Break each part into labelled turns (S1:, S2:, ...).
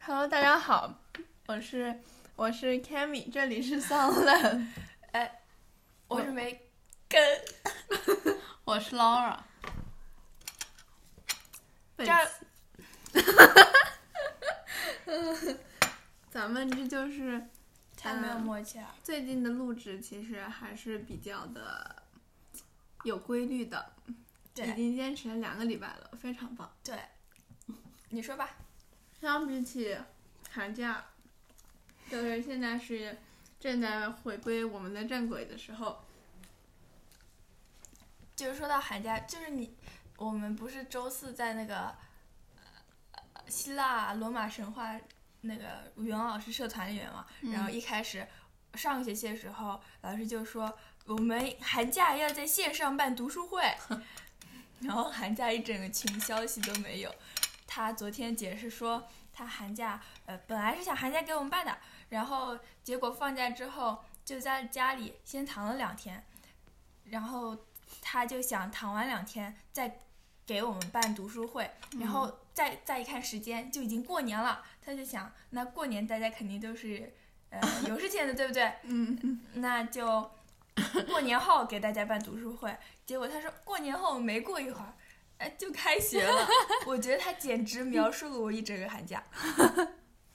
S1: Hello，大家好，我是我是 Cammy，这里是 Sunland，
S2: 我是没跟。
S1: 我是 Laura。
S2: 这
S1: 这，咱们这就是
S2: 太没有默契了。
S1: 最近的录制，其实还是比较的有规律的，已
S2: 对
S1: 经坚持了两个礼拜了，非常棒。
S2: 对，你说吧。
S1: 相比起寒假，就是现在是正在回归我们的正轨的时候，
S2: 就是说到寒假，就是你，我们不是周四在那个呃希腊罗马神话那个语文老师社团里面嘛，然后一开始上个学期的时候，老师就说我们寒假要在线上办读 书会，然后寒假一整个群消息都没有。他昨天解释说，他寒假呃本来是想寒假给我们办的，然后结果放假之后就在家里先躺了两天，然后他就想躺完两天再给我们办读书会，然后再再一看时间就已经过年了，他就想那过年大家肯定都是呃有事情的，对不对？
S1: 嗯，
S2: 那就过年后给大家办读书会。结果他说过年后没过一会儿，哎，就开学了。 我觉得他简直描述了我一整个寒假。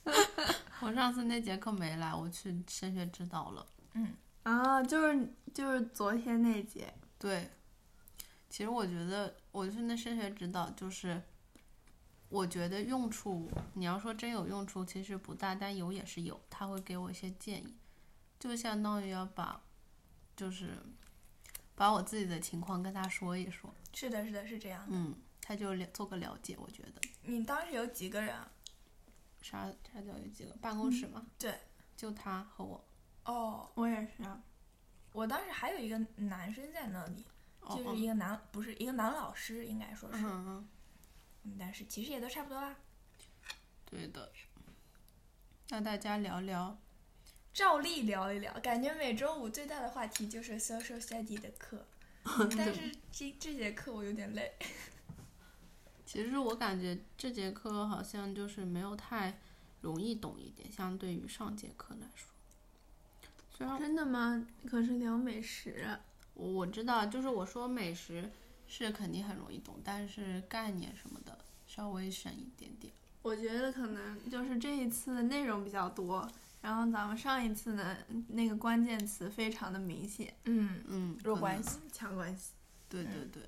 S3: 我上次那节课没来，我去升学指导了。
S1: 啊，就是就是昨天那节，
S3: 对，其实我觉得我去那升学指导就是，我觉得用处，你要说真有用处，其实不大，但有也是有，他会给我一些建议，就相当于要把，就是把我自己的情况跟他说一说，
S2: 是的，是的，是这样的。
S3: 嗯，他就了做个了解，我觉得
S2: 你当时有几个人啊？
S3: 啥啥叫有几个办公室嘛，
S2: 嗯对，
S3: 就他和我，
S2: 哦，
S1: 我也是啊，
S2: 我当时还有一个男生在那里，
S3: 哦
S2: 就是
S3: 哦
S2: 一个男，不是一个男老师，应该说是，
S3: 嗯嗯，
S2: 嗯但是其实也都差不多啦。
S3: 对的，那大家聊聊。
S2: 照例聊一聊，感觉每周五最大的话题就是 social study 的 课，但是这这节课我有点累。
S3: 其实我感觉这节课好像就是没有太容易懂一点，相对于上节课来说。虽然
S1: 真的吗？可是聊美食，
S3: 我我知道，就是我说美食是肯定很容易懂，但是概念什么的稍微深一点点。
S1: 我觉得可能就是这一次的内容比较多，然后咱们上一次呢，那个关键词非常的明显，
S2: 嗯，
S3: 嗯，
S2: 弱
S3: 可
S2: 关
S3: 能
S2: 系。嗯
S1: 强关系。
S3: 对对对。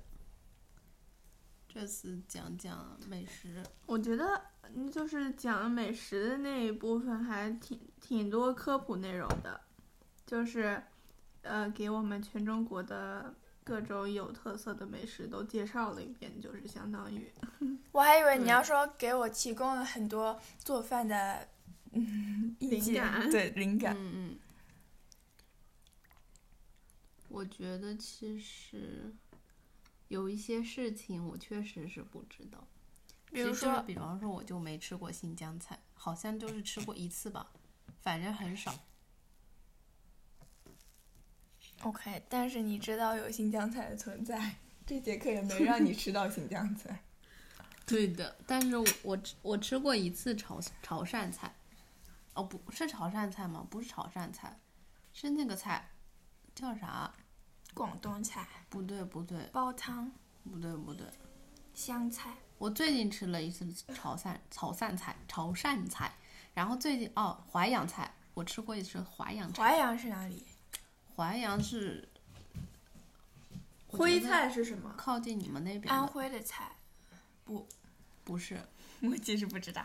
S3: 这次讲讲美食，
S1: 我觉得嗯就是讲美食的那一部分还挺挺多科普内容的，就是呃给我们全中国的各种有特色的美食都介绍了一遍，就是相当于
S2: 我还以为你
S3: 对
S2: 要说给我提供了很多做饭的 嗯意
S1: 灵
S2: 见，
S1: 感
S2: 对灵感。
S3: 嗯嗯，我觉得其实有一些事情我确实是不知道。
S2: 比如
S3: 其实
S2: 说，
S3: 比方说，我就没吃过新疆菜，好像就是吃过一次吧，反正很少。
S2: OK，但是你知道有新疆菜的存在，这节课也没让你吃到新疆菜。
S3: 对的，但是我我吃我吃过一次潮潮汕菜，哦，不是潮汕菜吗？不是潮汕菜，是那个菜叫啥？
S2: 广东菜、
S3: 不对，不对，
S2: 煲汤、
S3: 不对，不对。
S2: 湘菜，
S3: 我最近吃了一次潮汕潮汕菜，潮汕菜，然后最近哦，淮扬菜，我吃过一次淮扬菜，
S2: 淮扬是哪里？
S3: 淮扬是我觉
S1: 徽
S3: 得
S1: 菜是什么？
S3: 靠近你们那边
S2: 安
S3: 的，
S2: 徽的菜。
S3: 不是。
S2: 我其实不知道，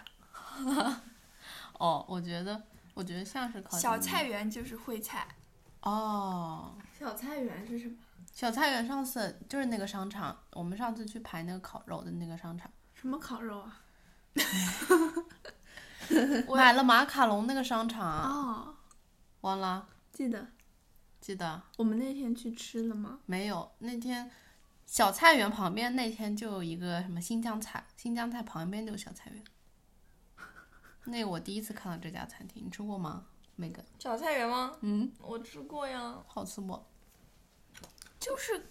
S3: 哦，我觉得，我觉得像是烤
S2: 小
S3: 鸡
S2: 菜园就是徽菜。
S3: 哦。
S1: 小菜园是什么？
S3: 小菜园上次就是那个商场，我们上次去排那个烤肉的那个商场，
S1: 什么烤肉啊？
S2: 我
S3: 买了马卡龙那个商场啊，
S1: 哦，
S3: 忘了
S1: 记得
S3: 记得
S1: 我们那天去吃了吗？
S3: 没有？那天小菜园旁边那天就有一个什么新疆菜，新疆菜旁边就是小菜园。那我第一次看到这家餐厅，你吃过吗？梅根，
S2: 小菜园吗？
S3: 嗯，
S2: 我吃过呀。
S3: 好吃不？
S2: 就是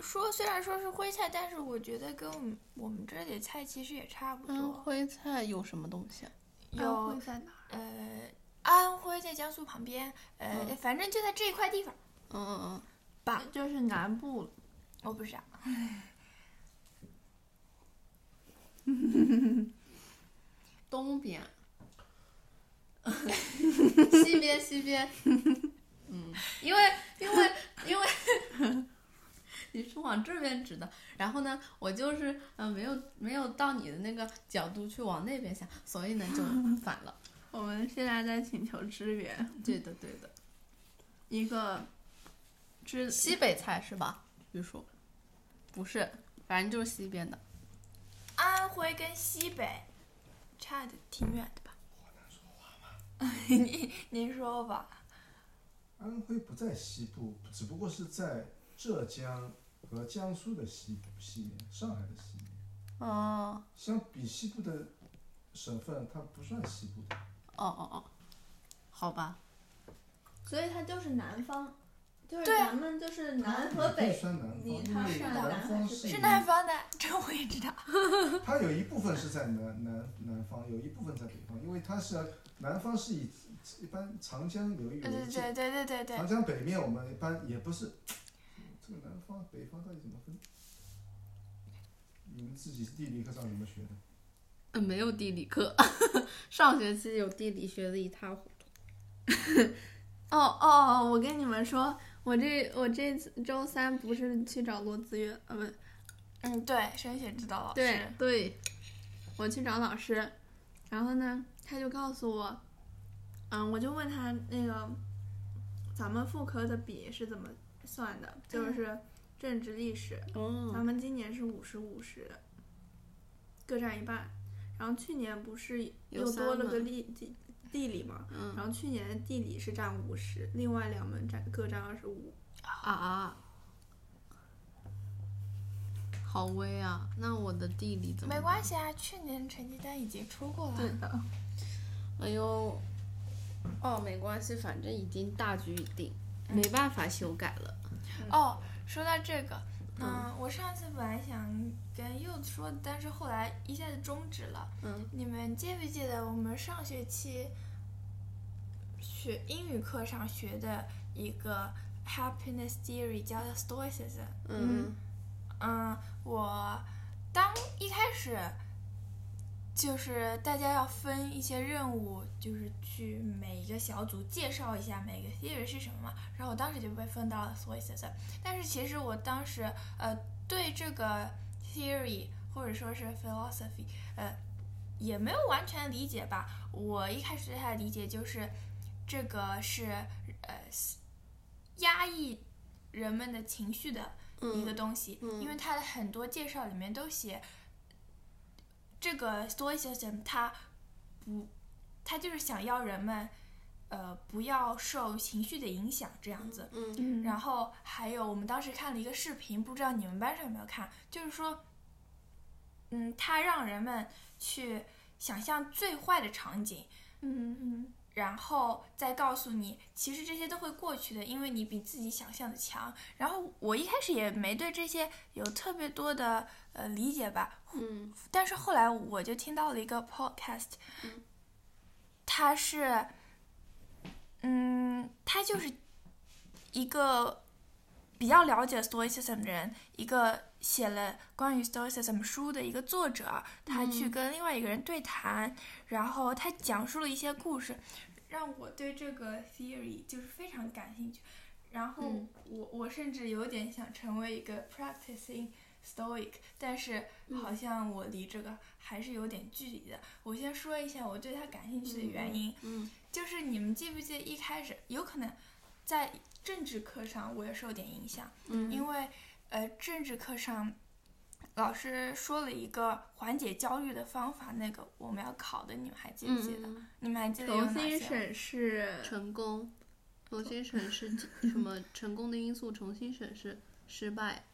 S2: 说，虽然说是徽菜，但是我觉得跟我们我们这里的菜其实也差不多。
S3: 嗯，徽菜有什么东西啊？
S1: 安
S2: 有
S1: 徽在哪儿？
S2: 呃安徽在江苏旁边，呃、反正就在这一块地方。
S3: 嗯嗯嗯，
S2: 啊
S1: 就是南部了。
S2: 我不知道，
S3: 东边，西边西边，嗯，因为因为因为 你是往这边指的，然后呢，我就是呃没有没有到你的那个角度去往那边想，所以呢就反了。
S1: 我们现在在请求支援，
S3: 对的对的，
S1: 一个支
S3: 西北菜是吧？比如说，不是，反正就是西边的。
S2: 安徽跟西北差的挺远的吧？ 我能说话吗？您您说吧。
S4: 安徽不在西部，只不过是在浙江和江苏的西西面，上海的西面。
S3: 哦
S4: 相比西部的省份，它不算西部的。
S3: 哦哦哦，好吧，
S1: 所以它就是南方，就是
S2: 对啊
S1: 咱们就是南
S4: 也
S1: 和
S4: 可以
S1: 北。
S4: 算南方，
S1: 你
S4: 因
S1: 它
S4: 为
S1: 是南
S4: 南
S1: 还
S4: 方
S1: 是北
S2: 是
S4: 一
S2: 南方的，这我也知道。
S4: 它有一部分是在南南南方，有一部分在北方，因为它是南方是以一般长江流域
S2: 对
S4: 为
S2: 对
S4: 界，
S2: 对对对对
S4: 长
S2: 对，
S4: 江北面我们一般也不是，这个南方北方到底怎么分？你们自己地理课上怎么学的？
S3: 呃没有地理课， 上学期有地理学的一塌糊涂。
S1: 哦哦，哦我跟你们说，我这我这次周三不是去找罗子月，呃，不是，
S2: 嗯，对，升学指导老师。
S1: 对对，我去找老师，然后呢，他就告诉我，嗯，我就问他那个咱们副科的比是怎么算的，就是
S3: 嗯
S1: 政治历史，咱
S2: 嗯
S3: 哦，
S1: 们今年是五十五十，各占一半。然后去年不是又
S3: 三
S1: 多了个
S3: 门
S1: 地地地理嘛？
S3: 嗯
S1: 然后去年的地理是占五十，另外两门占各占二十五。
S3: 啊啊，好微啊！那我的地理怎么？
S2: 没关。系啊，去年成绩单已经出过了。
S1: 的，
S3: 哎呦，哦，没关系，反正已经大局已定，没办法修改了。
S2: 哦，说到这个，嗯，我上次本来想跟柚子说的，但是后来一下子终止了。
S3: 嗯，
S2: 你们记不记得我们上学期学英语课上学的一个 happiness theory 叫 stoicism？
S3: 嗯
S2: 嗯，我当一开始就是大家要分一些任务，就是去每一个小组介绍一下每个 theory 是什么嘛。然后我当时就被分到了 sources，但是其实我当时呃对这个 theory 或者说是 philosophy 呃也没有完全理解吧。我一开始对它的理解就是这个是呃压抑人们的情绪的
S3: 嗯
S2: 一个东西，因为它的很多介绍里面都写，这个 stoicism 它不，它就是想要人们，呃，不要受情绪的影响这样子。
S3: 嗯
S1: 嗯
S2: 然后还有我们当时看了一个视频，不知道你们班上有没有看，就是说，嗯，它让人们去想象最坏的场景，
S1: 嗯嗯
S2: 然后再告诉你，其实这些都会过去的，因为你比自己想象的强。然后我一开始也没对这些有特别多的呃理解吧，
S3: 嗯
S2: 但是后来我就听到了一个 podcast，它是，嗯，它就是一个比较了解 stoicism 的人，一个写了关于 stoicism 书的一个作者，他去
S3: 嗯
S2: 跟另外一个人对谈，然后他讲述了一些故事，让我对这个 theory 就是非常感兴趣。然后
S3: 嗯
S2: 我、我甚至有点想成为一个 practicing stoic，但是
S3: 嗯
S2: 好像我离这个还是有点距离的。我先说一下我对它感兴趣的原因，
S3: 嗯
S2: 就是你们记不记得一开始有可能在政治课上我也受点影响，
S3: 嗯
S2: 因为呃政治课上老师说了一个缓解焦虑的方法，那个我们要考的，你们还记不记得？
S3: 嗯，
S2: 你们还记得有
S1: 重
S2: 哪
S1: 新
S2: 些？啊
S1: 审视，
S3: 成功，重新审视 什么成功的因素，重新审视失败。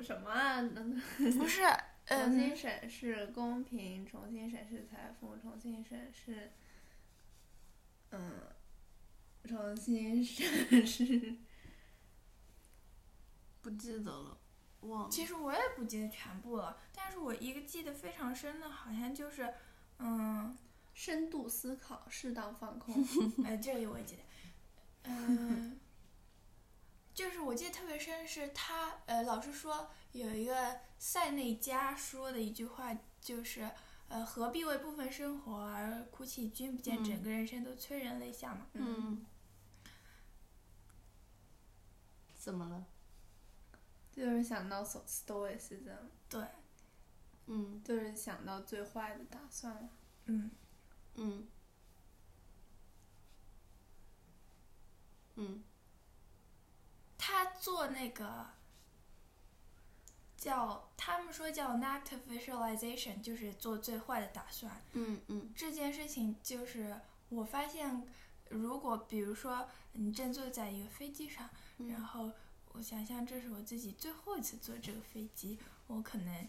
S1: 什么啊？嗯
S2: 不是，
S1: 重
S2: 嗯
S1: 新，审视公平，重新审视财富，重新审视，嗯，重新审视。
S3: 不记得了，忘了。
S2: 其实我也不记得全部了，但是我一个记得非常深的，好像就是，嗯，
S1: 深度思考，适当放空。
S2: 哎，这个我也记得。嗯，就是我记得特别深是他呃，老师说有一个塞内加说的一句话，就是呃，何必为部分生活而哭泣，君不见整个人生都催人泪下嘛。
S3: 嗯，怎么了？
S1: 就是想到 sto- stoicism，
S2: 对，
S3: 嗯
S1: 就是想到最坏的打算了。
S2: 嗯，
S3: 嗯嗯
S2: 他做那个叫他们说叫 negative visualization，就是做最坏的打算。
S3: 嗯嗯
S2: 这件事情就是我发现，如果比如说你正坐在一个飞机上，
S3: 嗯
S2: 然后我想象这是我自己最后一次坐这个飞机，我可能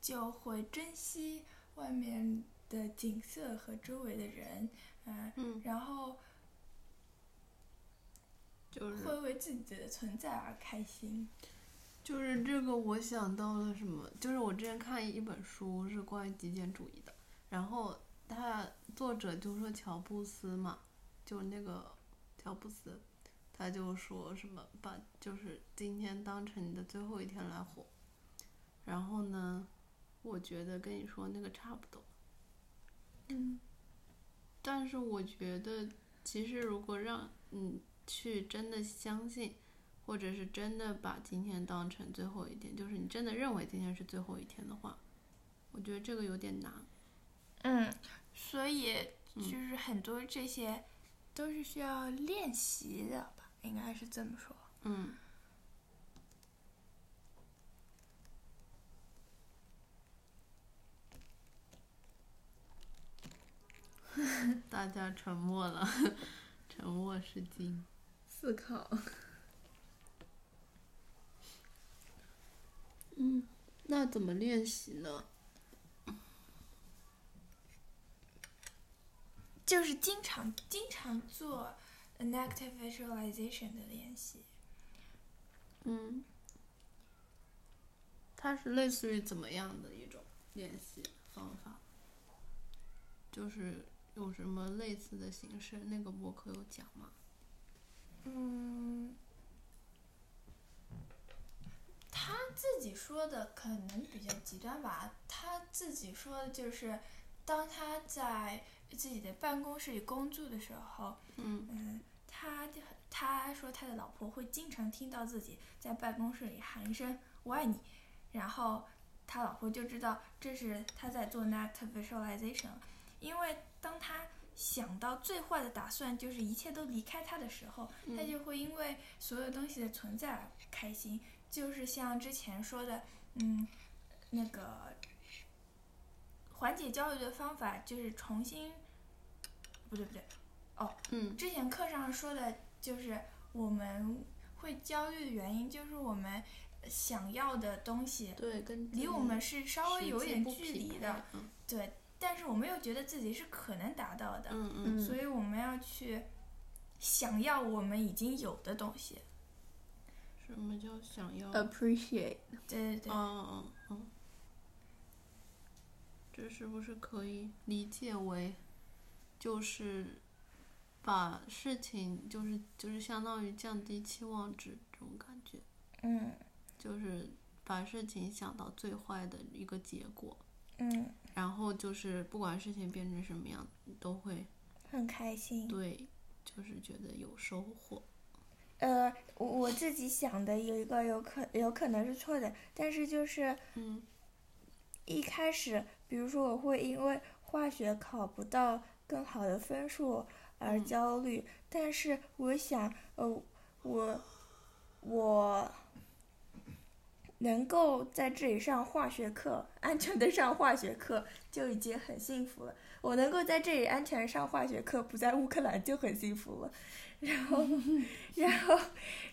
S2: 就会珍惜外面的景色和周围的人，嗯、
S3: 嗯，
S2: 然后
S3: 就是
S2: 会为自己的存在而开心。
S3: 就是这个，我想到了什么？就是我之前看一本书是关于极简主义的，然后他作者就说乔布斯嘛，就那个乔布斯，他就说什么把就是今天当成你的最后一天来活。然后呢，我觉得跟你说那个差不多。
S2: 嗯，
S3: 但是我觉得，其实如果让你去真的相信，或者是真的把今天当成最后一天，就是你真的认为今天是最后一天的话，我觉得这个有点难。
S2: 嗯，所以
S3: 嗯
S2: 就是很多这些都是需要练习的吧，应该是这么说。
S3: 嗯， 大家沉默了， 沉默是金。
S1: 思考，
S3: 嗯，那怎么练习呢？
S2: 就是经常经常做 negative visualization 的练习，
S3: 嗯，它是类似于怎么样的一种练习方法？就是有什么类似的形式？那个博客有讲吗？
S2: 嗯，他自己说的可能比较极端吧，他自己说的就是，当他在自己的办公室里工作的时候，
S3: 嗯
S2: 嗯，他就他说他的老婆会经常听到自己在办公室里喊一声“我爱你”，然后他老婆就知道这是他在做 negative visualization，了因为当他想到最坏的打算就是一切都离开他的时候，
S3: 嗯
S2: 他就会因为所有东西的存在而开心，就是像之前说的，嗯，那个缓解焦虑的方法就是重新，不对不对。
S3: 嗯
S2: 之前课上说的就是我们会焦虑的原因，就是我们想要的东西
S3: 对，跟
S2: 离我们是稍微
S3: 实
S2: 有一
S3: 际
S2: 点
S3: 不
S2: 距
S3: 匹
S2: 离
S3: 配
S2: 的，。
S3: 嗯
S2: 对，但是我们又觉得自己是可能达到的，
S3: 嗯嗯，
S1: 嗯
S2: 所以我们要去想要我们已经有的东西。
S3: 什么叫想要？
S1: ，appreciate，
S2: 对对对，
S3: 哦哦哦，这是不是可以理解为，就是把事情就是就是相当于降低期望值这种感觉，
S2: 嗯
S3: 就是把事情想到最坏的一个结果，
S2: 嗯，
S3: 然后就是不管事情变成什么样，都会
S2: 很开心。
S3: 对，就是觉得有收获。
S2: 呃，我我自己想的有一个有可有可能是错的，但是就是
S3: 嗯
S2: 一开始，比如说我会因为化学考不到更好的分数而
S3: 嗯
S2: 焦虑，但是我想，呃，我我能够在这里上化学课，安全的上化学课就已经很幸福了。我能够在这里安全地上化学课，不在乌克兰就很幸福了。然后，然后，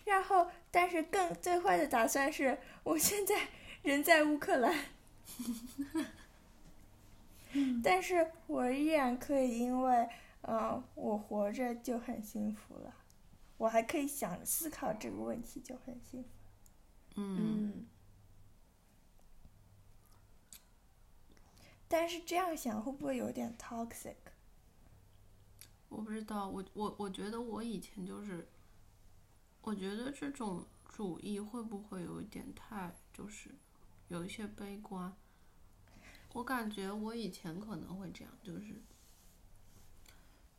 S2: 然后，但是更最坏的打算是，我现在人在乌克兰。但是我依然可以因为，呃，我活着就很幸福了，我还可以想思考这个问题就很幸福。
S3: 嗯，
S2: 但是这样想会不会有点 toxic？
S3: 我不知道，我我我觉得我以前就是，我觉得这种主义会不会有一点太就是有一些悲观？我感觉我以前可能会这样，就是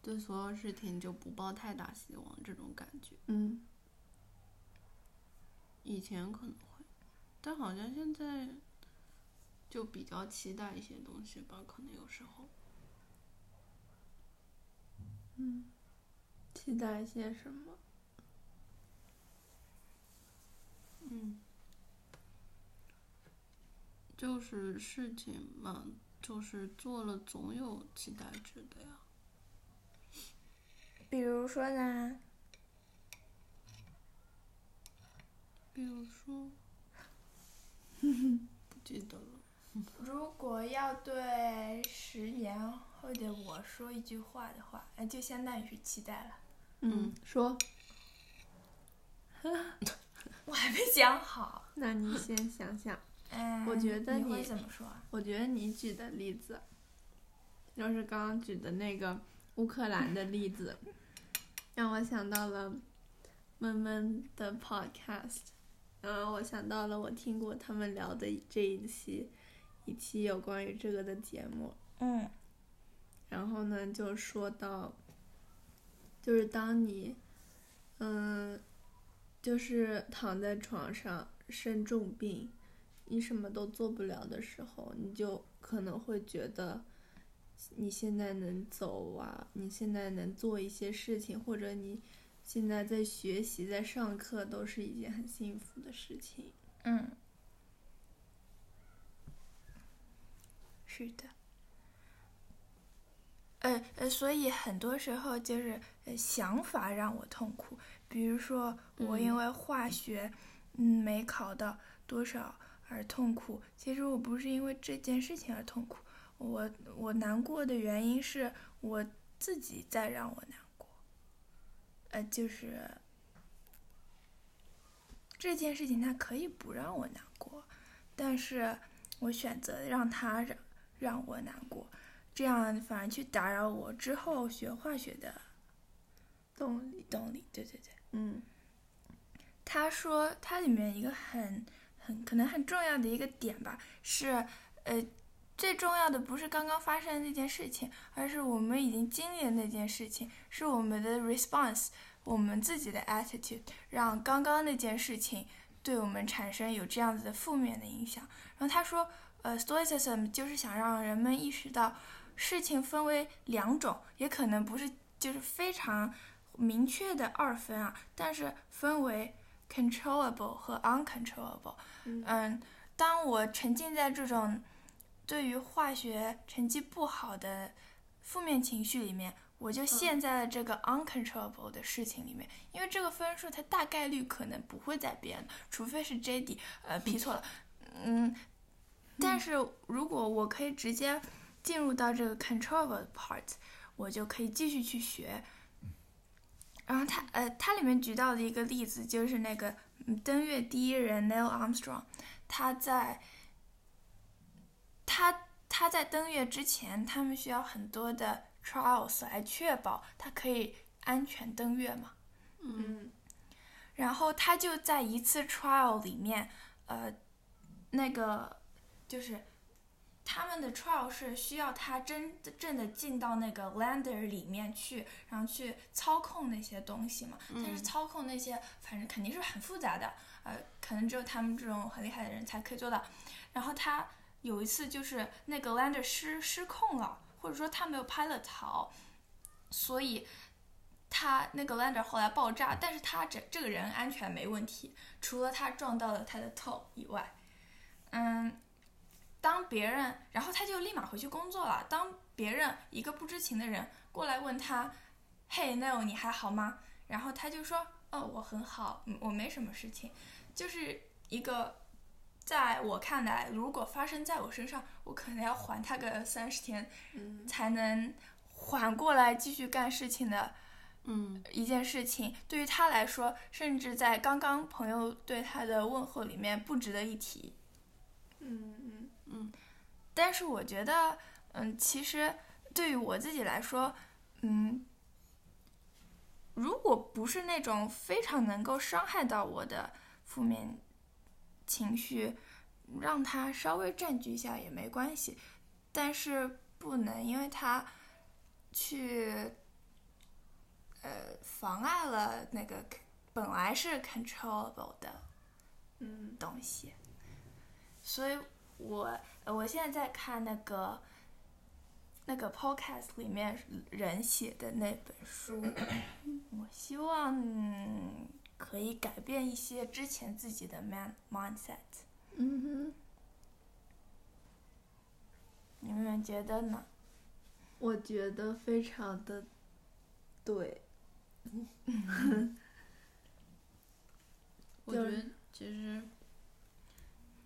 S3: 对所有事情就不抱太大希望这种感觉。
S1: 嗯，
S3: 以前可能会，但好像现在就比较期待一些东西吧，可能有时候。
S1: 嗯期待一些什么？
S3: 嗯，就是事情嘛，就是做了总有期待值的呀。
S2: 比如说呢？
S3: 比如说，不记得了。
S2: 如果要对十年后的我说一句话的话，那就相当于是期待了。
S1: 嗯，说，
S2: 我还没想好。
S1: 那你先想想。
S2: 嗯，
S1: 我觉得
S2: 你
S1: 你
S2: 会怎么说啊？
S1: 我觉得你举的例子，就是刚刚举的那个乌克兰的例子，让我想到了闷闷的 podcast，然后我想到了我听过他们聊的这一期，一期有关于这个的节目，
S2: 嗯
S1: 然后呢就说到，就是当你，嗯，就是躺在床上生重病，你什么都做不了的时候，你就可能会觉得，你现在能走啊，你现在能做一些事情，或者你现在在学习、在上课，都是一件很幸福的事情。
S2: 嗯，是的。呃呃，所以很多时候就是呃想法让我痛苦，比如说我因
S3: 嗯
S2: 为化学嗯没考到多少而痛苦，其实我不是因为这件事情而痛苦，我我难过的原因是我自己在让我难过，呃，就是这件事情它可以不让我难过，但是我选择让它让让我难过，这样反而去打扰我之后学化学的
S1: 动力，
S2: 动力。对对对，
S1: 嗯
S2: 他说它里面一个很很可能很重要的一个点吧，是呃。最重要的不是刚刚发生的那件事情，而是我们已经经历的那件事情，是我们的 response，我们自己的 attitude，让刚刚那件事情对我们产生有这样子的负面的影响。然后他说，呃，stoicism 就是想让人们意识到，事情分为两种，也可能不是就是非常明确的二分啊，但是分为 controllable 和 uncontrollable。
S1: 嗯
S2: 嗯，当我沉浸在这种对于化学成绩不好的负面情绪里面，我就陷在了这个 uncontrollable 的事情里面，因为这个分数它大概率可能不会再变了，除非是 JD，呃，批错了，嗯，但是如果我可以直接进入到这个 controllable part，我就可以继续去学。然后他呃，他里面举到的一个例子就是那个嗯登月第一人 Neil Armstrong，他在他他在登月之前，他们需要很多的 trials 来确保他可以安全登月嘛。
S1: 嗯
S2: 然后他就在一次 trial 里面，呃，那个就是他们的 trial 是需要他真正的进到那个 lander 里面去，然后去操控那些东西嘛。但是操控那些，反正肯定是很复杂的，呃，可能只有他们这种很厉害的人才可以做到。然后他有一次就是那个 lander 失失控了，或者说他没有 pilot 好，所以他那个 lander 后来爆炸，但是他这这个人安全没问题，除了他撞到了他的头以外，嗯，当别人，然后他就立马回去工作了。当别人一个不知情的人过来问他，嘿 n e o 你还好吗？然后他就说，哦，我很好，嗯我没什么事情，就是一个。在我看来，如果发生在我身上，我可能要还他个三十天，
S1: 嗯
S2: 才能缓过来继续干事情的
S3: 嗯
S2: 一件事情，对于他来说，甚至在刚刚朋友对他的问候里面不值得一提。
S1: 嗯
S2: 但是我觉得，嗯，其实对于我自己来说，嗯，如果不是那种非常能够伤害到我的负面情绪，让它稍微占据一下也没关系，但是不能因为它去呃妨碍了那个本来是 controllable 的
S1: 嗯
S2: 东西。所以我呃我现在在看那个那个 podcast 里面人写的那本书，我希望、嗯可以改变一些之前自己的 man mindset。
S1: 嗯
S2: 你们觉得呢？
S1: 哼，我觉得非常的对，
S3: 我
S1: 就
S3: 觉
S1: 是
S3: 得其实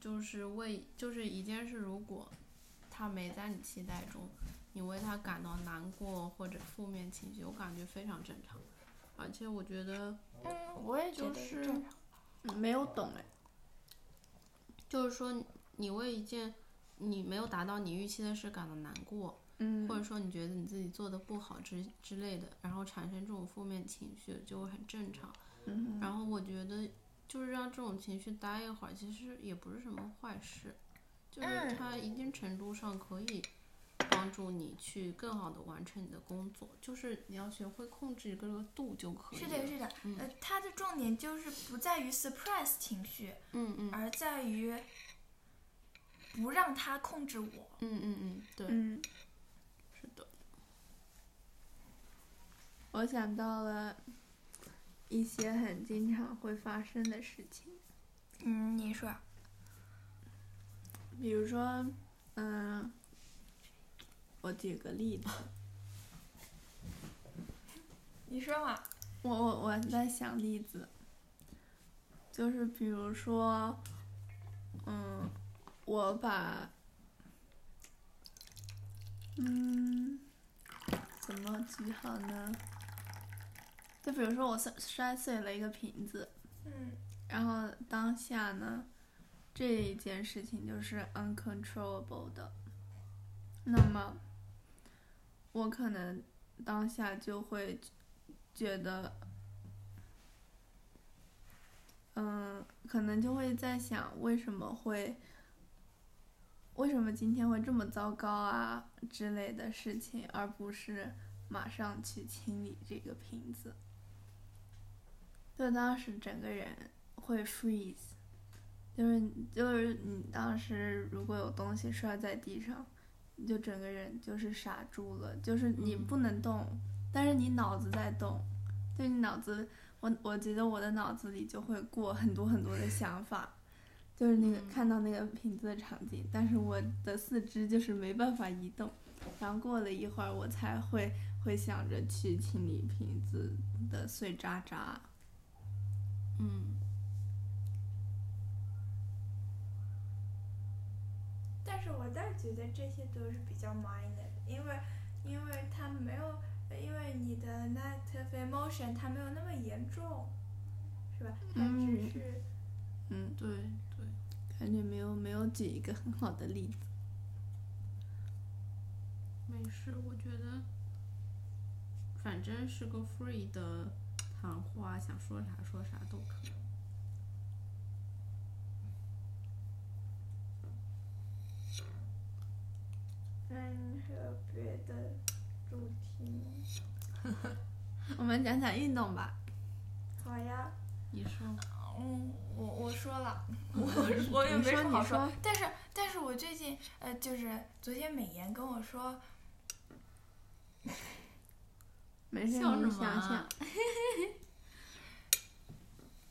S3: 就是为就是一件事，如果他没在你期待中，你为他感到难过或者负面情绪，我感觉非常正常。而且我觉得，
S2: 嗯，我也觉得
S3: 就是
S2: 正常
S1: 嗯没有懂哎。
S3: 就是说你为一件你没有达到你预期的事感到难过，
S1: 嗯
S3: 或者说你觉得你自己做的不好之之类的，然后产生这种负面情绪就会很正常。
S1: 嗯
S3: 然后我觉得就是让这种情绪待一会儿，其实也不是什么坏事，就是
S2: 嗯
S3: 它一定程度上可以帮助你去更好的完成你的工作，就是你要学会控制这个度就可以
S2: 是
S3: 了。
S2: 的，是的。
S3: 嗯
S2: 呃，它的重点就是不在于 surprise 情绪，
S3: 嗯嗯
S2: 而在于不让它控制我。
S3: 嗯嗯嗯，对，
S1: 嗯，
S3: 是的，
S1: 我想到了一些很经常会发生的事情。
S2: 嗯，你说，
S1: 比如说，嗯，我举个例子，
S2: 你说嘛？
S1: 我我我在想例子，就是比如说，嗯，我把，嗯，怎么举好呢？就比如说我摔摔碎了一个瓶子，
S2: 嗯
S1: 然后当下呢，这一件事情就是 uncontrollable 的。那么，我可能当下就会觉得，嗯、可能就会在想为什么会，为什么今天会这么糟糕啊之类的事情，而不是马上去清理这个瓶子。就当时整个人会 freeze，就是你就是你当时如果有东西摔在地上，你就整个人就是傻住了，就是你
S3: 嗯
S1: 不能动，但是你脑子在动，就你脑子，我我觉得我的脑子里就会过很多很多的想法，就是那个、
S3: 嗯
S1: 看到那个瓶子的场景，但是我的四肢就是没办法移动，然后过了一会儿我才会会想着去清理瓶子的碎渣渣。
S3: 嗯，
S2: 但是我倒是觉得这些都是比较 minor，的因为因为它没有，呃因为你的 negative emotion 它没有那么严重，是吧？它只
S1: 嗯
S2: 是
S1: 嗯，
S3: 对对，
S1: 感觉没有没有举一个很好的例子。
S3: 没事，我觉得反正是个 free 的谈话，想说啥说啥都可以。
S2: 嗯，还有别的主题吗？
S1: 我们讲讲运动吧。
S2: 好呀，
S3: 你说，
S2: 嗯，我我 说了，我我也
S1: 你
S2: 没
S1: 说
S2: 什么好
S1: 你说
S2: 但是但是我最近呃，就是昨天美颜跟我说，
S1: 没事，
S3: 笑
S1: 你
S3: 什么
S1: 想
S3: 啊
S1: 想，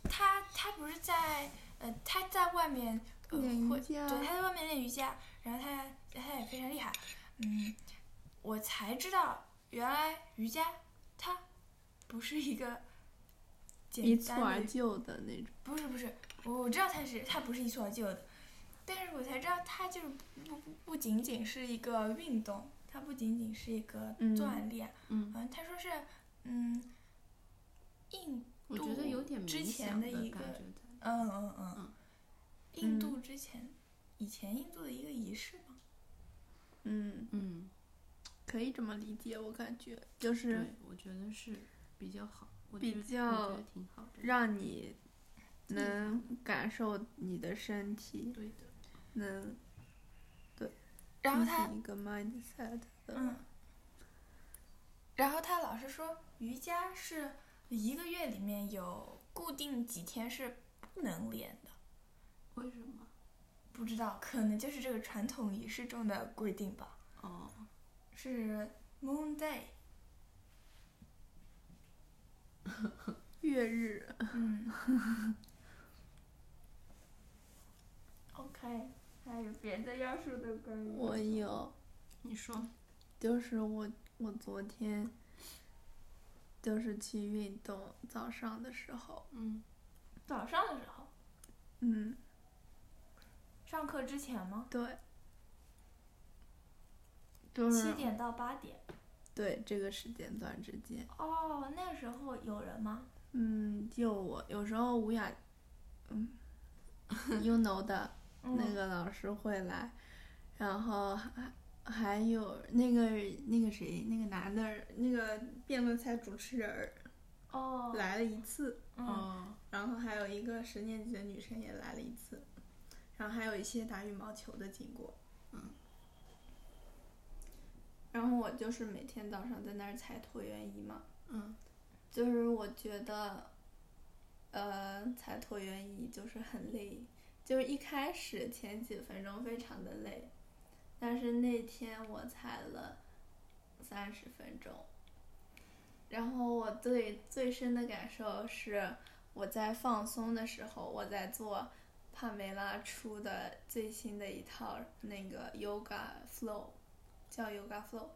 S2: 她她不是在呃她在外面、呃、
S1: 练
S2: 会
S1: 瑜伽
S2: 对，他在外面练瑜伽，然后他他也非常厉害。嗯，我才知道原来瑜伽它不是一个
S1: 一
S2: 简
S1: 蹴
S2: 单的
S1: 而就的那种。
S2: 不是不是，我我知道它是它不是一蹴而就的，但是我才知道它就是不不不仅仅是一个运动，它不仅仅是一个
S1: 嗯
S2: 锻炼。
S3: 嗯，
S2: 好像他说是嗯印
S3: 我觉得有点
S2: 之
S3: 冥
S2: 前
S3: 想
S2: 的一
S3: 感
S2: 个
S3: 觉在。
S2: 嗯嗯嗯
S3: 嗯
S2: 嗯，印
S1: 嗯
S2: 度之前以前印度的一个仪式嘛。
S1: 嗯，
S3: 嗯，
S1: 可以这么理解，我感觉就是
S3: 对，我觉得是比较好。我
S1: 比
S3: 觉得
S1: 较
S3: 我觉得挺好的。
S1: 让你能感受你的身体，
S3: 对的，
S1: 能
S2: 然后
S1: 进
S2: 他
S1: 行一个 mindset 的。
S2: 嗯，然后他老是说瑜伽是一个月里面有固定几天是不能练的，
S3: 为什么？
S2: 不知道可能就是这个传统仪式中的规定吧。
S3: 哦，
S2: 是 Moon Day，
S1: 月日，
S2: 嗯，OK，还有别的要说的关于
S1: 我有，
S3: 你说，
S1: 就是我我昨天就是去运动，早上的时候，
S3: 嗯，
S2: 早上的时候，
S1: 嗯，
S2: 上课之前吗？
S1: 对，就
S2: 七
S1: 是
S2: 点到八点。
S1: 对这个时间段之间，
S2: 哦，那时候有人吗？
S1: 嗯，就我有时候吴雅，嗯 ，you know 的
S2: 嗯
S1: 那个老师会来，然后还还有那个那个谁，那个男的，那个辩论赛主持人儿
S2: 哦，
S1: 来了一次，
S2: 嗯，
S3: 哦，
S1: 然后还有一个十年级的女生也来了一次，然后还有一些打羽毛球的经过，
S3: 嗯。
S1: 然后我就是每天早上在那儿踩椭圆仪嘛，
S3: 嗯，
S1: 就是我觉得，呃，踩椭圆仪就是很累，就是一开始前几分钟非常的累，但是那天我踩了三十分钟，然后我对最深的感受是我在放松的时候，我在做帕梅拉出的最新的一套那个 Yoga Flow，叫 Yoga Flow，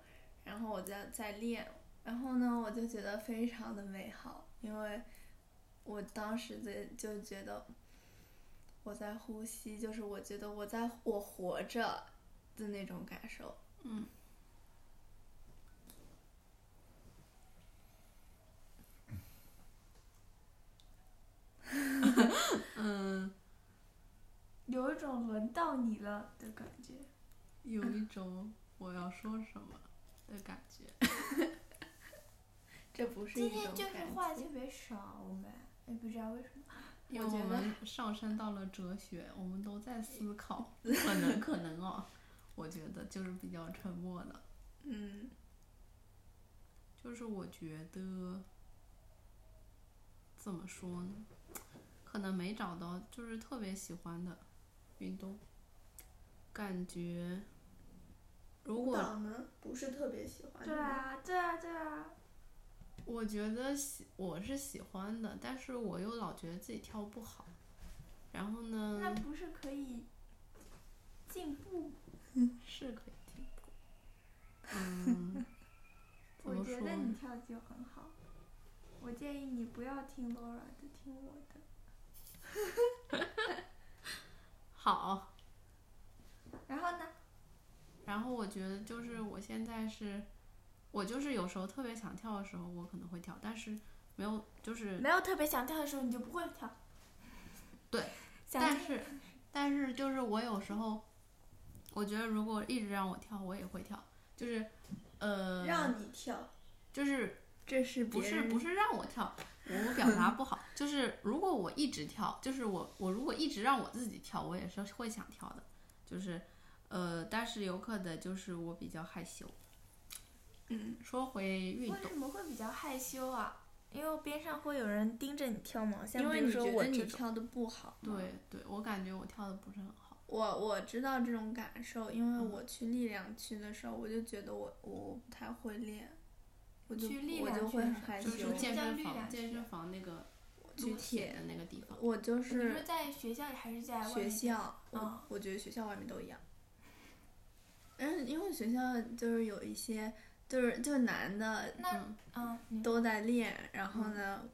S1: 然后我在在练，然后呢，我就觉得非常的美好，因为我当时在就觉得我在呼吸，就是我觉得我在我活着的那种感受。
S3: 嗯。嗯，
S2: 有一种轮到你了的感觉。
S3: 有一种我要说什么的感觉。
S1: 这不是
S2: 今
S1: 一种
S2: 天就是
S1: 感
S2: 话
S1: 觉
S2: 特别少，我们也不知道为什么。
S3: 因
S1: 我
S3: 为
S1: 觉
S3: 我
S1: 得
S3: 们上升到了哲学，我们都在思考，可能可能哦， 我觉得就是比较沉默的，
S1: 嗯
S3: 就是我觉得怎么说呢，可能没找到就是特别喜欢的运动，感觉如果
S1: 导呢不是特别喜欢。
S2: 对，啊，对啊，对啊。
S3: 我觉得喜我是喜欢的，但是我又老觉得自己跳不好，然后呢，
S2: 那不是可以进步？
S3: 是可以进步。嗯，怎
S2: 我
S3: 么
S2: 觉
S3: 说
S2: 得
S3: 呢
S2: 你？跳的就很好。我建议你不要听 Laura 的，听我的。
S3: 好，
S2: 然后呢？
S3: 然后我觉得就是我现在是，我就是有时候特别想跳的时候，我可能会跳，但是没有就是，
S2: 没有特别想跳的时候，你就不会跳。
S3: 对，
S2: 想
S3: 但
S2: 跳
S3: 是但是就是我有时候，我觉得如果一直让我跳，我也会跳，就是呃，
S1: 让你跳，
S3: 就是
S1: 这是
S3: 不是不
S1: 是，
S3: 是让我跳，我表达不好，就是如果我一直跳，就是我我如果一直让我自己跳，我也是会想跳的，就是呃，但是有可能就是我比较害羞。
S1: 嗯，
S3: 说回运
S2: 为
S3: 动，
S2: 什么会比较害羞啊？因为边上会有人盯着你跳嘛，像
S1: 因
S2: 比
S1: 为
S2: 如
S1: 你
S2: 说
S1: 觉
S2: 我
S1: 得你
S2: 这种。
S1: 跳的不好。。
S3: 对对，我感觉我跳的不是很好。
S1: 我我知道这种感受，因为
S3: 嗯
S1: 我去力量区的时候，我就觉得我我不太会练，我就
S2: 去力
S1: 我
S2: 量
S1: 就
S2: 区
S1: 会
S2: 的
S1: 很
S2: 时候
S1: 害
S3: 就
S1: 羞。
S3: 是健
S2: 叫
S3: 身
S2: 绿染
S3: 房，健
S2: 裙
S3: 身房那个
S1: 举
S3: 撸铁
S1: 铁，
S3: 的那个地方，
S1: 我就
S2: 你
S1: 是
S2: 是在学校里还是在外
S1: 学
S2: 面？
S1: 校，
S2: 啊
S1: 我我觉得学校外面都一样。嗯，因为学校就是有一些，就是就是男的
S2: 那
S3: 嗯，
S2: 嗯，你
S1: 都在练，然后呢，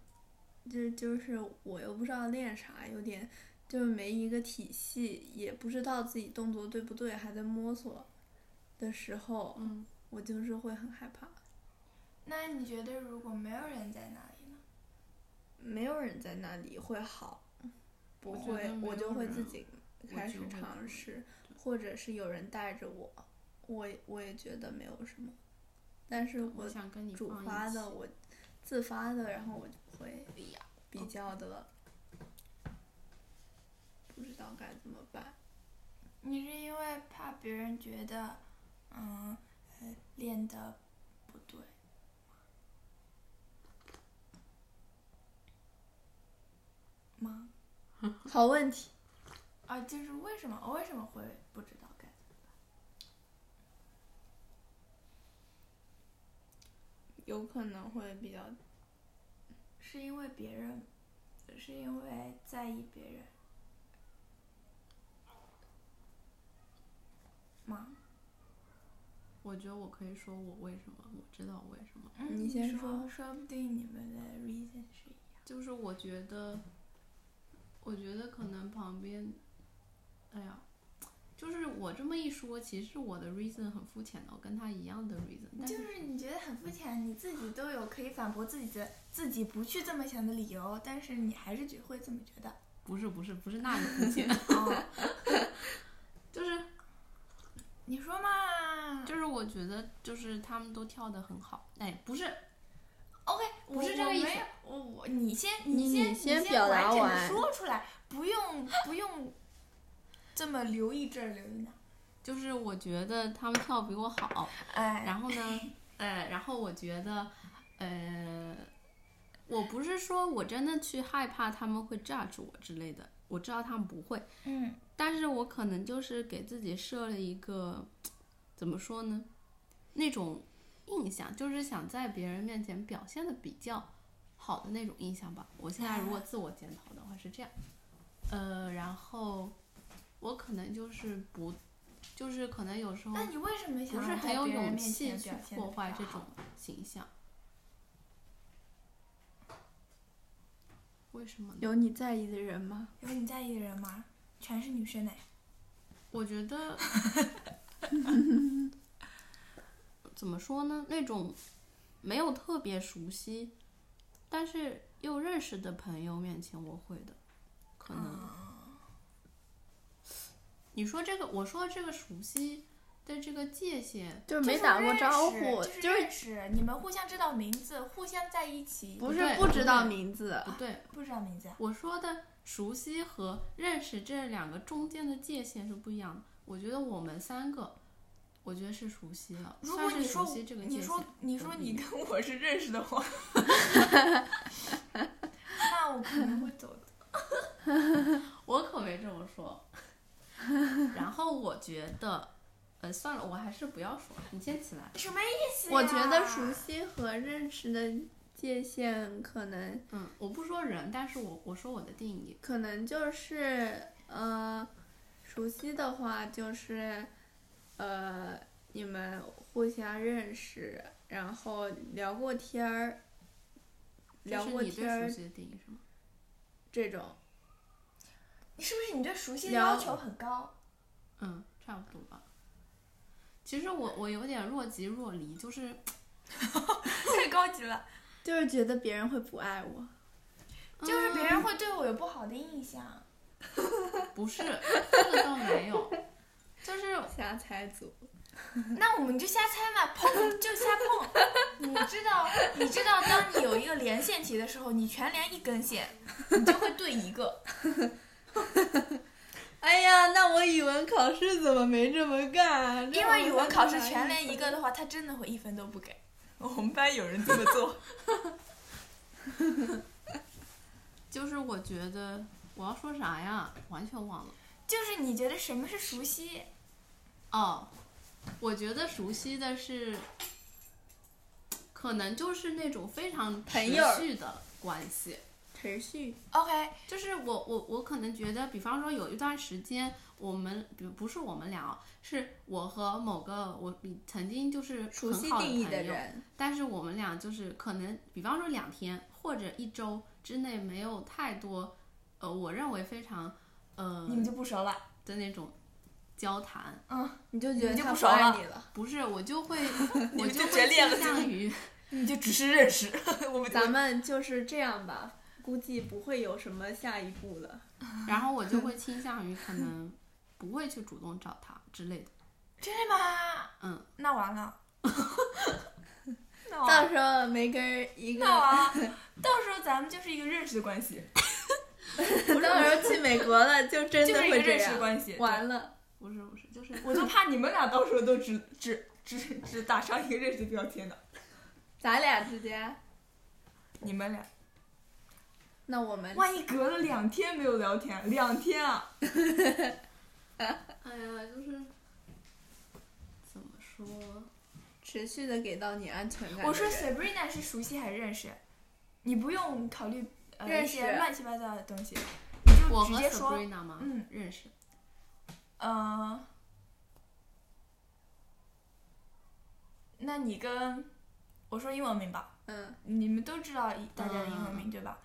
S1: 就就是我又不知道练啥，有点就是没一个体系，也不知道自己动作对不对，还在摸索的时候，
S3: 嗯，
S1: 我就是会很害怕。
S2: 那你觉得如果没有人在那里呢？
S1: 没有人在那里会好，不
S3: 我觉
S1: 会
S3: 得，没
S1: 我
S3: 有
S1: 就会
S3: 人
S1: 自己
S3: 我
S1: 开
S3: 就
S1: 始
S3: 会
S1: 尝试，或者是有人带着我，我也我也觉得没有什么，但是
S3: 我想跟你
S1: 主
S3: 放一
S1: 发
S3: 起
S1: 的我
S2: 自发的，然后我就会
S1: 哦
S2: 比较的不知道该怎么办。
S1: 你是因为怕别人觉得，嗯，呃练的不对，
S2: 吗？好问题，
S1: 啊，就是为什么我为什么会不知道该？
S2: 有可能会比较
S1: 是因为别人，是因为在意别人吗？
S3: 我觉得我可以说我为什么，我知道我为什么，
S1: 嗯
S2: 你先
S1: 说，
S2: 说
S1: 说不定你们的 reason 是一样。
S3: 就是我觉得，我觉得可能旁边，哎呀，就是我这么一说，其实我的 reason 很肤浅的，我跟他一样的 reason，但
S2: 就是是你觉得很肤浅，你自己都有可以反驳自己的、自己不去这么想的理由，但是你还是只会这么觉得。
S3: 不是不是不是那个肤浅，
S2: 哦，
S3: 就是
S2: 你说嘛？
S3: 就是我觉得就是他们都跳的很好，哎，不是
S2: OK，
S3: 不是这个意思。
S2: 我没有我我你先
S3: 你
S2: 先
S3: 你
S2: 你
S3: 先表达
S2: 完整
S3: 完
S2: 的说出来，不用不用这么留意这儿留意那儿。
S3: 就是我觉得他们跳得比我好，
S2: 哎，
S3: 然后呢，呃，然后我觉得，呃，我不是说我真的去害怕他们会 judge 我之类的，我知道他们不会，
S2: 嗯，
S3: 但是我可能就是给自己设了一个，怎么说呢，那种印象，就是想在别人面前表现的比较好的那种印象吧。我现在如果自我检讨的话是这样，呃，然后我可能就是不，就是可能有时候
S2: 那你为什么想
S3: 不是
S2: 让
S3: 很
S2: 在
S3: 有
S2: 别人
S3: 勇
S2: 面
S3: 气
S2: 前
S3: 去
S2: 表现得
S3: 破坏
S2: 比较
S3: 这
S2: 好
S3: 种形象。为什么呢？
S1: 有你在意的人吗？
S2: 有你在意的人吗？全是女生哎。
S3: 我觉得怎么说呢？那种没有特别熟悉，但是又认识的朋友面前，我会的，可能。
S2: 啊
S3: 你说这个，我说这个熟悉的这个界限，
S1: 就是没
S2: 是
S1: 打过
S2: 认
S1: 招
S2: 识
S1: 呼，
S2: 就是
S1: 就是
S2: 认识你们互相知道名字，互相在一起，
S1: 不
S3: 不
S1: 是
S3: 对
S1: 不知道
S3: 不对
S1: 名字，
S3: 不对，
S2: 不知道名字啊。
S3: 我说的熟悉和认识这两个中间的界限是不一样的。我觉得我们三个，我觉得是熟悉了，
S2: 如果
S3: 算
S2: 你
S3: 是熟
S2: 说
S3: 悉这个界限。
S2: 你说你说
S3: 不 一
S2: 你
S3: 样
S2: 跟我是认识的话，那我可能会走的。
S3: 我可没这么说。 然后我觉得，呃，算了，我还是不要说了，你先起来。
S2: 什么意思呀？
S1: 我觉得熟悉和认识的界限可能
S3: 嗯，我不说人，但是我我说我的定义，
S1: 可能就是呃，熟悉的话就是呃，你们互相认识，然后聊过天儿，
S3: 这
S1: 聊
S3: 是
S1: 过
S3: 你对
S1: 天
S3: 熟
S1: 儿
S3: 悉的定义是吗？
S1: 这种，
S2: 你是不是你对熟悉的
S1: 聊
S2: 要求很高？
S3: 嗯，差不多吧。其实我我有点若即若离，就是
S2: 太高级 了，
S1: 就是觉得别人会不爱我。
S2: 就是别
S1: 嗯
S2: 人会对我有不好的印象。
S3: 嗯不是这个倒没有，就是
S1: 瞎猜组，
S2: 那我们就瞎猜嘛，碰就瞎 碰。你知道，你知道，当你有一个连线题的时候，你全连一根线，你就会对一个。
S1: 哎呀，那我语文考试怎么没这么干？
S2: 因为语文考试全连一个的话，他真的会一分都不给。我们班有人这么做。
S3: 就是我觉得我要说啥呀，完全忘了。
S2: 就是你觉得什么是熟悉？
S3: 哦，我觉得熟悉的是，可能就是那种非常持
S1: 朋友
S3: 续的关系。
S1: 持续
S2: OK，
S3: 就是我我我可能觉得，比方说有一段时间，我们比如不是我们俩哦，是我和某个我比曾经就是
S1: 熟
S3: 很
S1: 悉
S3: 好
S1: 定义
S3: 朋友，
S1: 人，
S3: 但是我们俩就是可能，比方说两天或者一周之内没有太多，呃，我认为非常呃
S2: 你们就不熟了。
S3: 的那种交谈，
S1: 你就觉得
S2: 你就
S1: 他
S2: 不
S1: 不
S2: 熟
S1: 爱
S2: 了
S1: 你了。
S3: 不是我就 会我
S2: 们
S3: 就
S2: 就
S3: 会
S2: 决裂了
S3: 倾向于。
S2: 你就只是认识， 我们
S1: 咱们就是这样吧，估计不会有什么下一步了。
S3: 然后我就会倾向于可能不会去主动找他之类的。
S2: 真的吗？
S3: 嗯，
S2: 那完了，那
S1: 到
S2: 完了，
S1: 时候没跟一个，
S2: 哦那啊，到时候咱们就是一个认识的关系，
S1: 到时候去美国了就真
S2: 就
S1: 的
S2: 是一个
S1: 会这
S2: 认识的
S1: 样，
S2: 关系。
S1: 完了。
S3: 不是不是，就是
S2: 对， 我就怕你们俩到时候都只只只只打上一个认识的标签呢。
S1: 咱俩之间，
S2: 你们俩，
S1: 那我们
S2: 万一隔了两天没有聊天，两天啊，
S3: 哎呀，就是怎么说？
S1: 持续的给到你安全感的人。
S2: 我说 Sabrina 是熟悉还是认识？你不用考虑呃
S1: 认
S2: 一
S1: 识
S2: 些乱七八糟的东西，你
S3: 我
S2: 就
S3: 和
S2: 直接说，
S3: Sabrina 嘛，
S2: 嗯
S3: 认识。
S2: 呃，那你跟我说英文名吧，
S1: 嗯，
S2: 你们都知道一大家的英文名、
S3: 嗯
S2: 对吧？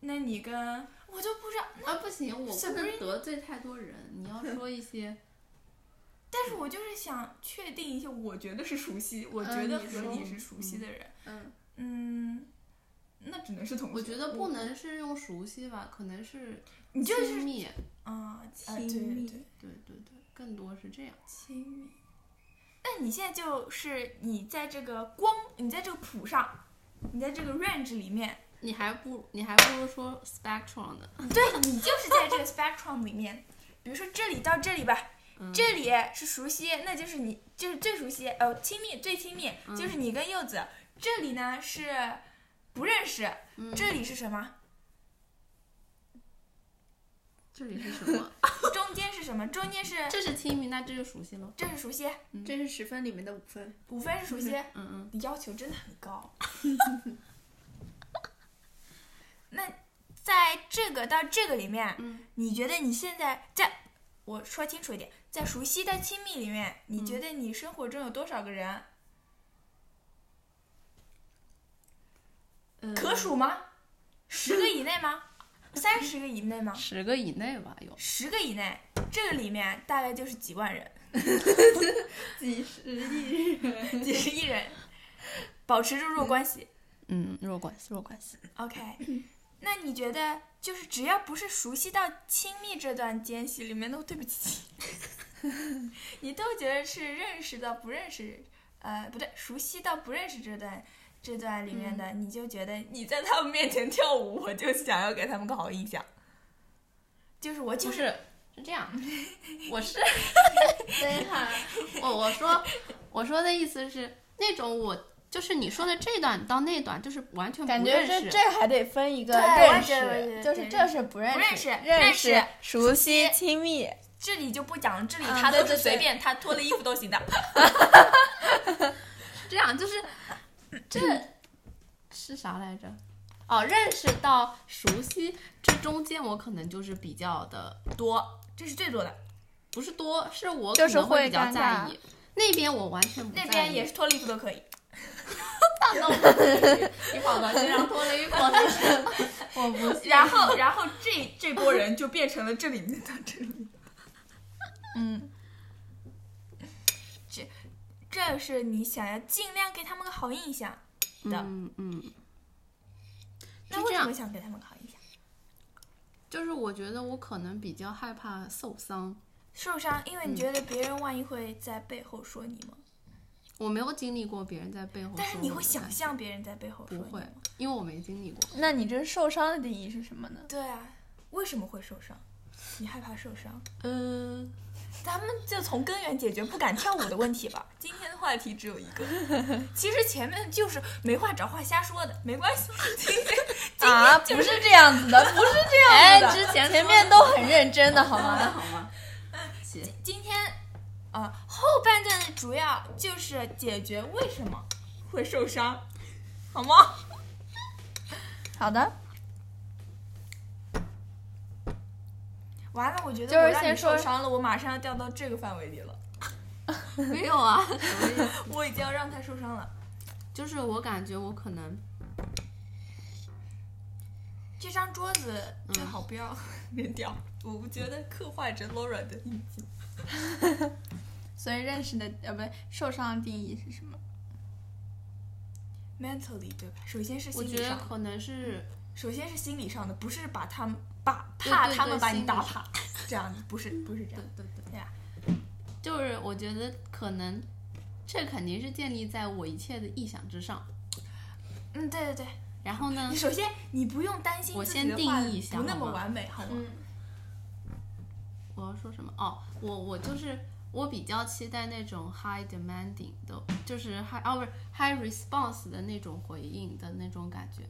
S2: 那你跟我就不知道，
S3: 啊，不行，我不
S2: Sabrina-
S3: 能得罪太多人。你要说一些，
S2: 但是我就是想确定一下，我觉得是熟悉，我
S1: 嗯
S2: 觉得
S1: 你
S2: 和
S1: 说
S2: 你是熟悉的人，
S1: 嗯，
S2: 嗯，那只能是同学。
S3: 我觉得不，能是用熟悉吧，可能是
S2: 你就
S3: 亲
S2: 是
S3: 密。
S2: 啊，呃对
S1: 亲密
S2: 对对，
S3: 对对对，更多是这样。
S2: 亲密。那哎你现在就是你在这个光，你在这个谱上，你在这个 range 里面，
S3: 你还不你还不如说 spectrum 呢。
S2: 对你就是在 这个 spectrum 里面。比如说这里到这里吧，
S3: 嗯、
S2: 这里是熟悉，那就是你就是最熟悉，呃，亲密最亲密就是你跟柚子。这里呢是不认识，
S3: 嗯
S2: 这里是什么？
S3: 这里是什么？
S2: 中间是什么？中间是
S3: 这是亲密，那这就熟悉了。
S2: 这是熟悉，
S1: 这是十分里面的五分。
S2: 五分是熟悉。
S3: 嗯嗯，
S2: 你要求真的很高。那在这个到这个里面，
S3: 嗯
S2: 你觉得你现在在，我说清楚一点，在熟悉的亲密里面，你
S3: 嗯
S2: 觉得你生活中有多少个人？
S3: 呃
S2: 可数吗？十个以内吗？三十个以内吗？
S3: 十个以内吧，有。
S2: 十个以内，这个里面大概就是几万人，
S1: 几十亿人，
S2: 几十亿人，保持住弱关系。
S3: 嗯，弱关系，弱关系。
S2: OK，那
S1: 嗯
S2: 你觉得就是只要不是熟悉到亲密这段间隙里面都对不起，你 都觉得是认识到不认识，呃，不对，熟悉到不认识这段这段里面
S1: 嗯
S2: 的，你就觉得你在他们面前跳舞，我就想要给他们个好印象，就是我就
S3: 就是是是这 样，我是
S1: 等一会儿，
S3: 我我说我说的意思是那种我就是你说的这段到那段就是完全不
S1: 感觉
S3: 认
S1: 这
S3: 识
S1: 这还得分一个
S2: 对
S1: 认
S2: 我也
S1: 识，
S2: 觉得
S1: 就是这是不认
S2: 不认识
S1: 识，
S2: 认识
S1: 识、熟悉、亲密。
S2: 这里就不讲了，这里
S1: 嗯
S2: 他都
S1: 对
S2: 是
S1: 对
S2: 随
S1: 对
S2: 便，他脱了衣服都行的。
S3: 这样就是这是啥来着？哦，认识到熟悉这中间我可能就是比较的
S2: 多，这是最多的。
S3: 不是多，是我
S1: 就
S3: 可
S1: 是
S3: 能
S1: 会
S3: 比较
S1: 尴
S3: 在
S1: 尬
S3: 意。那边我完全不在
S2: 那
S3: 意，
S2: 边也是脱了衣服都可以。
S3: 你跑到街上脱了衣服，那是
S1: 我不信，
S2: 然后，然后这这波人就变成了这里面的这 里面。
S1: 嗯，
S2: 这是你想要尽量给他们个好印象。的
S3: 嗯嗯，就
S2: 那
S3: 这
S2: 为什
S3: 样
S2: 么想给他们个好印象？
S3: 就是我觉得我可能比较害怕受伤，
S2: 受伤，因为你
S3: 嗯
S2: 觉得别人万一会在背后说你吗？
S3: 我没有经历过别人在背后，
S2: 但是你会想，象别人在背后说
S3: 不
S2: 你吗？
S3: 会，因为我没经历过。
S1: 那你这受伤的定义是什么呢？
S2: 对啊，为什么会受伤？你害怕受伤？呃
S3: 嗯，
S2: 咱们就从根源解决不敢跳舞的问题吧。 今天的话题只有一个，其实前面就是没话找话瞎说的，没关系。今天
S1: 啊，不是这样子的，不是这样
S3: 哎
S1: 子的，
S3: 之前
S1: 前
S3: 说
S1: 面
S3: 的
S1: 都很认真的好
S3: 好的
S1: 吗？
S3: 好吗？行，
S2: 今天，呃，后半段的主要就是解决为什么会受伤，好吗？
S1: 好的，
S2: 完了，我觉
S1: 就是
S2: 得我让你
S1: 先说
S2: 受伤了，我马上要掉到这个范围里了，
S3: 没有啊，什么意思
S2: 我已经要让他受伤了。
S3: 就是我感觉我可能
S2: 这张桌子最好不要 连掉，我觉得刻画着 Laura 的印记。
S1: 所以认识的呃，不对，受伤的定义是什么？
S2: mentally 对吧？首先是
S3: 我
S2: 心
S3: 觉
S2: 理
S3: 得
S2: 上，
S3: 可能是
S2: 首先是心理上的，不是把他们把
S3: 对
S2: 怕
S3: 对
S2: 他们
S3: 对
S2: 把
S3: 心
S2: 你
S3: 理
S2: 打
S3: 上
S2: 趴， 这样不是不是这
S3: 对
S2: 样，
S3: 对对，
S2: 对啊，
S3: 就是我觉得可能这肯定是建立在我一切的臆想之上，
S2: 嗯，对对对。
S3: 然后呢
S2: 你，首先你不用担心
S3: 嗯我
S2: 自
S3: 先
S2: 己的
S3: 定
S2: 话
S3: 义一下
S2: 不那
S3: 好
S2: 么
S3: 吗
S2: 完美，好吗？
S1: 嗯，
S3: 我要说什么？哦，我我就是我比较期待那种 high demanding 的，就是 high 哦不是 high response 的那种回应的那种感觉。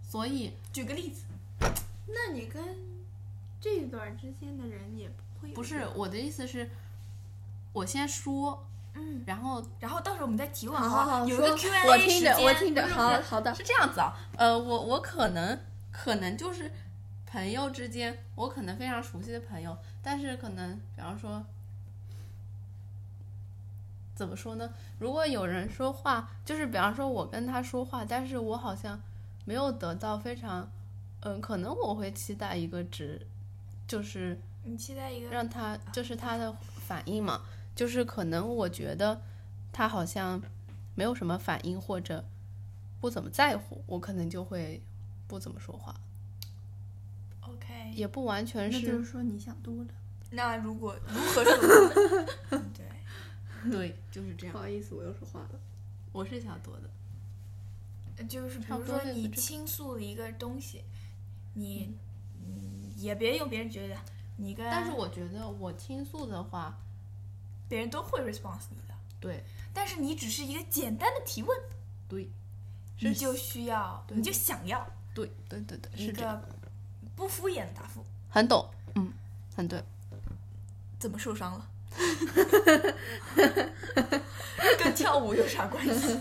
S3: 所以
S2: 举个例子，
S1: 那你跟这一段之间的人也不会有
S3: 不是我的意思是，我先说，
S2: 嗯，
S3: 然后
S2: 然后到时候我们再提问
S1: 好
S2: 吧
S1: 好好
S2: 有一
S1: 说
S2: 个 Q&A
S3: 我听着
S2: 时间
S3: 我听着
S2: 不是
S3: 好
S2: 不是
S3: 好的
S2: 是这样子啊，
S3: 呃，我我可能可能就是朋友之间，我可能非常熟悉的朋友，但是可能比方说，怎么说呢？如果有人说话，就是比方说我跟他说话，但是我好像没有得到非常，嗯、可能我会期待一个值，就是
S2: 你期待一个
S3: 让他就是他的反应嘛，就是可能我觉得他好像没有什么反应或者不怎么在乎，我可能就会不怎么说话，
S2: OK。
S3: 也不完全
S1: 那就是
S3: 是
S1: 说你想多了。
S2: 那如果如何说？对，
S3: 对，就是这样
S1: 不。好意思，我又说话了。
S3: 我是想多的，
S2: 呃就是比
S3: 差
S2: 如
S3: 不多
S2: 说
S3: 类似
S2: 你
S3: 这种
S2: 倾诉了一个东西，你嗯也别用别人觉得，你跟
S3: 但是我觉得我倾诉的话，
S2: 别人都会 response 你的，
S3: 对
S2: 但是你只是一个简单的提问，
S3: 对
S2: 你就需要，
S3: 对
S2: 你就想要
S3: 对对对对，
S2: 一
S3: 是这样，
S2: 个不敷衍的答复。
S3: 很懂，嗯，很对。
S2: 怎么受伤 了？跟跳舞有啥关 系？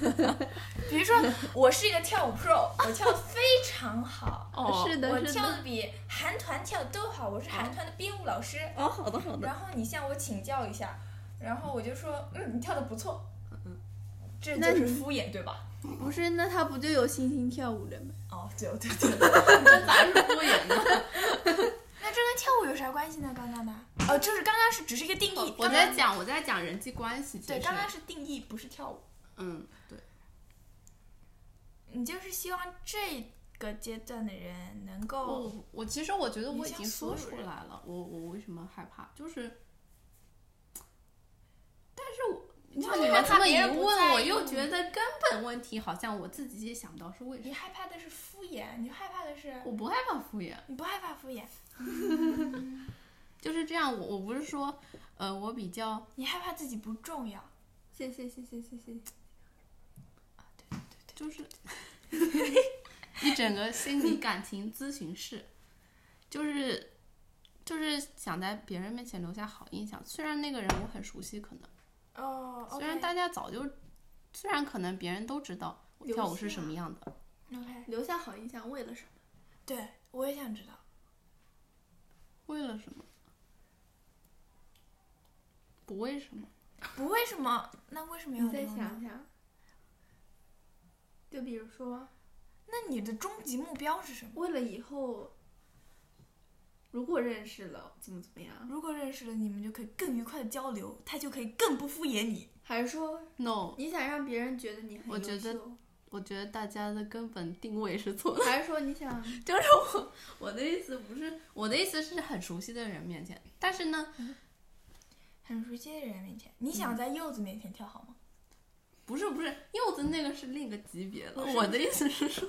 S2: 比如说，我是一个跳舞 pro，我跳得非常好，
S3: 哦
S1: 是
S2: 我
S1: 的，是
S2: 跳
S1: 的。
S2: 的比韩团跳得都好，我是韩团的编舞老师。
S3: 哦，好的好的，
S2: 然后你向我请教一下，然后我就说，嗯，你跳的不错。
S3: 嗯
S2: 这
S1: 那
S2: 就是
S1: 你
S2: 敷衍，对吧？
S1: 不是，那他不就有信心跳舞了吗？
S2: 哦，对对对。
S3: 这咋是敷衍呢？
S2: 那这跟跳舞有啥关系呢？刚刚的？哦，就是刚刚是只是一个定义。
S3: 我
S2: 刚刚
S3: 在讲我在讲人际关系，其
S2: 对，
S3: 实
S2: 刚刚是定义，不是跳舞。
S3: 嗯对。
S2: 你就是希望这个阶段的人能够，
S3: 我我其实我觉得
S2: 影
S3: 我已
S2: 响
S3: 经
S2: 哦所
S3: 说
S2: 有
S3: 出
S2: 人
S3: 来了，我我为什么害怕？就是，但是我
S2: 你
S3: 就
S2: 会
S3: 你
S2: 害
S3: 们这
S2: 怕
S3: 么
S2: 别
S3: 一
S2: 人不在
S3: 问，我
S2: 意嗯
S3: 又
S2: 你
S3: 觉得根本问题好像我自己也想不到是为什
S2: 你
S3: 么。
S2: 害怕的是敷衍，你害怕的是
S3: 我不害怕敷衍，
S2: 你不害怕敷衍，
S3: 就是这样。我我不是说，呃，我比较
S2: 你害怕自己不重要。
S1: 谢谢谢谢谢谢。
S3: 就是 一整个心理感情咨询室，就是就是想在别人面前留下好印象。虽然那个人我很熟悉，可能。
S2: 哦
S3: 虽然大家早就，虽然可能别人都知道我
S1: 流
S3: 跳舞
S1: 行
S3: 是什
S2: 啊
S3: 么样的，
S2: OK，
S1: 留下好印象为了什么？
S2: 对我也想知道。
S3: 为了什么，不为什么。
S2: 不为什么？那为什么要
S1: 你再
S2: 留呢
S1: 想？想。就比如说，
S2: 那你的终极目标是什么？
S1: 为了以后，如果认识了，怎么怎么样？
S2: 如果认识了，你们就可以更愉快的交流，他就可以更不敷衍你。
S1: 还是说
S3: No，
S1: 你想让别人觉得你很
S3: 我
S1: 优
S3: 觉得
S1: 秀，
S3: 我觉得大家的根本定位是错的。
S1: 还是说你 想
S3: 就是我我的意思不是我的意思是很熟悉的人面前，但是呢，
S2: 很熟悉的人面前，你想在柚子面前跳好吗？
S3: 不是不是柚子那个是另一个级别的
S1: 不，是
S3: 我的意思是说，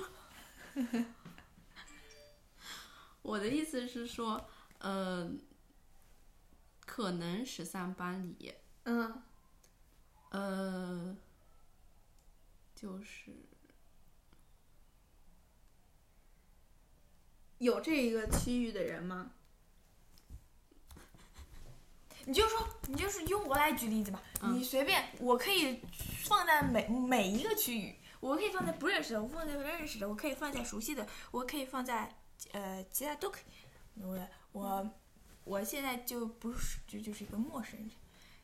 S3: 我的意思是说，呃，可能十三班里。
S1: 嗯，
S3: 呃，就是
S1: 有这一个区域的人吗？
S2: 你就说，你就是用我来举例子吧，
S3: 嗯
S2: 你随便，我可以放在每每一个区域，我可以放在不认识的，我放在认识的，我可以放在熟悉的，我可以放在呃其他都可以。我我我现在就不是就就是一个陌生人。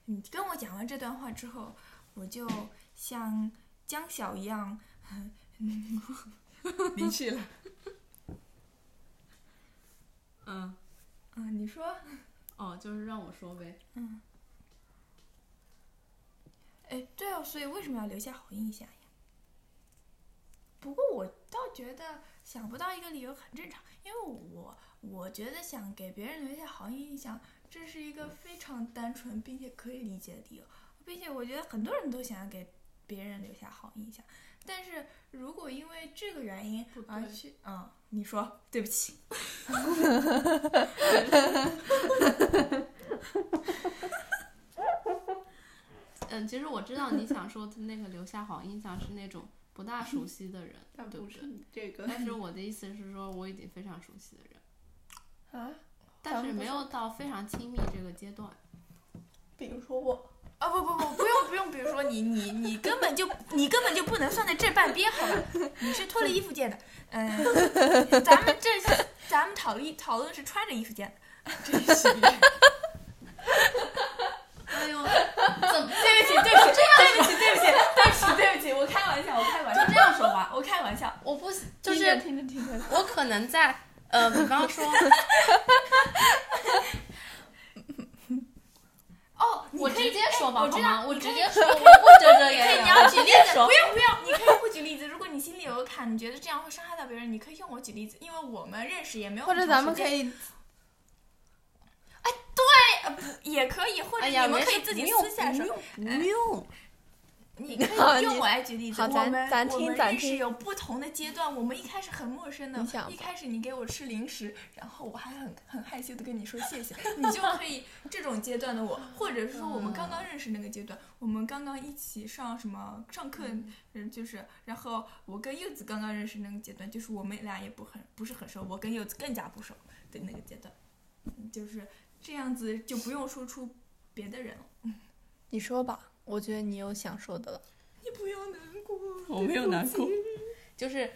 S2: 你跟我讲完这段话之后，我就像江晓一样，离去了。
S3: 嗯
S2: 嗯，你说，
S3: 哦，就是让我说呗。
S2: 哎，对哦，所以为什么要留下好印象呀？不过我倒觉得想不到一个理由很正常，因为我我觉得想给别人留下好印象，这是一个非常单纯并且可以理解的理由，并且我觉得很多人都想要给别人留下好印象，但是如果因为这个原因
S1: 不
S2: 而
S1: 对，
S2: 去，嗯，你说对不起，
S3: 嗯，其实我知道你想说的那个留下好印象是那种不大熟悉的人
S1: 但
S3: 对
S1: 不
S3: 对
S1: 是？你这个，
S3: 但是我的意思是说，我已经非常熟悉的人，
S2: 啊
S3: 但是没有到非常亲密这个阶段。
S1: 比如说我，
S2: 啊不不不不用不用，比如说你你你根本就你根本就不能算在这半边，好吧？你是脱了衣服见的，嗯，咱们这咱们讨论讨论是穿着衣服见的，真是。
S3: 哎呦，怎么
S2: 对不起，对不起，对不起，对不起，对不起，对不起，我开玩笑，我开玩笑，就这样说吧，我开玩笑。
S3: 我不喜就
S1: 听着
S3: 是
S1: 听着听着，
S3: 我可能在呃，比方说，
S2: 哦，你
S3: 我
S2: 可以
S3: 直接
S2: 哎
S3: 说吧，
S2: 我
S3: 好
S2: 知道
S3: 吗？我
S2: 你
S3: 直
S2: 可以
S3: 接说，我不遮遮
S2: 可以
S3: 掩掩，
S2: 你要
S3: 我
S2: 举
S3: 直
S2: 例
S3: 接
S2: 子，
S3: 说
S2: 不。用不用，你可以不举例子。如果你心里有个坎，你觉得这样会伤害到别人，你可以用我举例子，因为我们认识也没有
S1: 或者
S2: 很长
S1: 咱们
S2: 时
S1: 可
S2: 间
S1: 以
S2: 也可以，或者
S3: 哎呀，
S2: 你们
S3: 没
S2: 可以
S3: 事
S2: 自己
S3: 不用
S2: 私下
S3: 不
S2: 说，
S3: 用不用。
S2: 你可以用我来举例子。
S1: 好
S2: 我
S1: 咱
S2: 们
S1: 咱
S2: 我
S1: 听
S2: 们
S1: 咱
S2: 认识
S1: 听
S2: 有不同的阶段，我们一开始很陌生的
S1: 你想，
S2: 一
S1: 吧
S2: 开始你给我吃零食，然后我还很很害羞的跟你说谢谢，你就可以这种阶段的我，或者是说我们刚刚认识那个阶段，我们刚刚一起上什么上课，嗯，就是然后我跟柚子刚刚认识那个阶段，就是我们俩也不很不是很熟，我跟柚子更加不熟的那个阶段，嗯就是这样子就不用说出别的人了，
S1: 你说吧，我觉得你有想说的了。
S2: 你不要难过。
S3: 我没有难过， 就是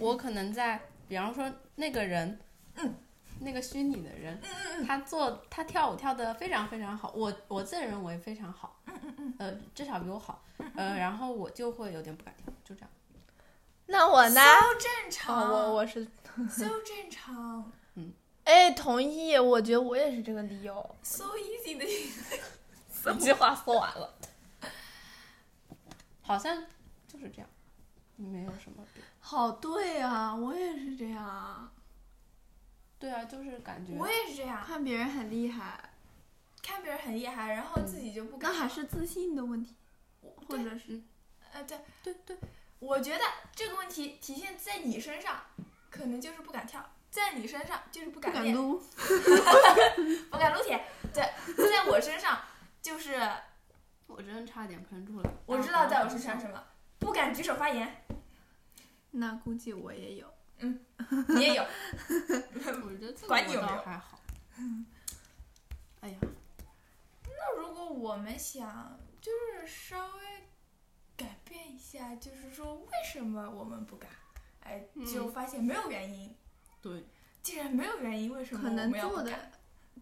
S3: 我可能在，比方说那个人，
S2: 嗯，
S3: 那个虚拟的人，他做他跳舞跳得非常非常好，我我自认为非常好，嗯嗯嗯，呃，至少比我好，
S2: 嗯
S3: 呃，然后我就会有点不敢跳，就这样，
S1: 那我呢？
S2: 都正常，
S1: 啊，我我是，
S2: so 正常
S1: 哎，同意，我觉得我也是这个理由。
S2: ，so easy 的，
S1: 一句话说完了。
S3: 好像就是这样，没有什么别的。
S1: 好对啊，我也是这样，啊
S3: 对啊，就是感觉
S2: 我也是这样，
S1: 看别人很厉害，
S2: 看别人很厉害，然后自己就不敢。
S1: 那还是自信的问题，或者是
S2: 呃，对，
S3: 对对，
S2: 我觉得这个问题体现在你身上，可能就是不敢跳，在你身上就是不
S1: 不
S2: 敢
S1: 敢
S2: 练，
S1: 撸。
S2: 不敢撸铁。对，在我身上就是
S3: 我真的差点喷出来。
S2: 我知道在我身上什么，不敢举手发言，
S1: 那估计我也有。
S2: 你也有。
S3: 我觉得这个
S2: 管你
S3: 我
S2: 有没有
S3: 倒 还好。哎呀，
S2: 那如果我们想就是稍微改变一下，就是说为什么我们不敢？哎，就发现没有原因。
S3: 对，
S2: 既然没有原因，为什么
S1: 可
S2: 我
S1: 能
S2: 们要
S1: 做
S2: 不
S1: 的
S2: 敢？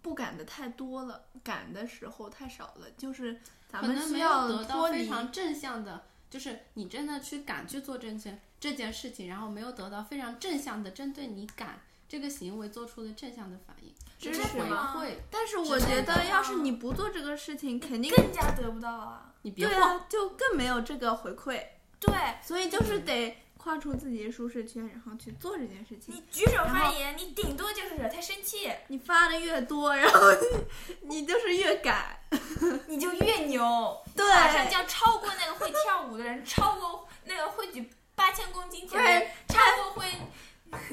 S1: 不敢的太多了，敢的时候太少了，就是咱
S3: 可
S1: 们
S3: 能
S1: 需
S3: 没有
S1: 要
S3: 得到
S1: 脱
S3: 非
S1: 离。
S3: 常正向的，就是你真的去敢去做正确这件事情，然后没有得到非常正向的针对你敢这个行为做出的正向的反应，
S1: 支
S3: 只是
S1: 持
S3: 回
S2: 吗
S3: 馈。
S1: 但是我
S3: 只
S1: 觉
S3: 是
S1: 得，
S2: 想
S1: 要是你不做这个事情，肯定
S2: 更加得不到啊！
S3: 你啊别
S1: 对
S3: 晃，
S1: 啊，就更没有这个回馈。
S2: 对
S1: 所以就是得跨出自己的舒适圈，然后去做这件事情
S2: 你。举手发言，你顶多就是惹他生气，
S1: 你发的越多，然后 你你就是越敢。
S2: 你就越牛，
S1: 对，
S2: 马上就要超过那个会跳舞的人，超过那个会举八千公斤铁的人，超过会……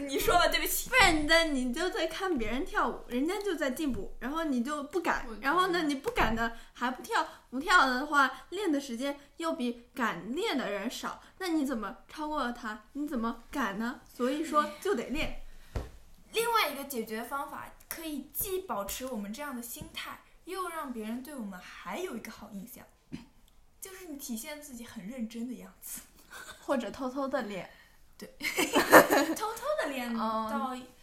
S2: 你说吧，对不起。
S1: 不然你在你就在看别人跳舞，人家就在进步，然后你就不敢
S3: 我觉，得
S1: 然后呢你不敢的还不跳，不跳的话练的时间又比敢练的人少，那你怎么超过他？你怎么敢呢？所以说就得练，
S2: 另外一个解决方法，可以既保持我们这样的心态，又让别人对我们还有一个好印象， 就是你体现自己很认真的样子。
S1: 或者偷偷的练。
S2: 偷偷的练
S1: 哦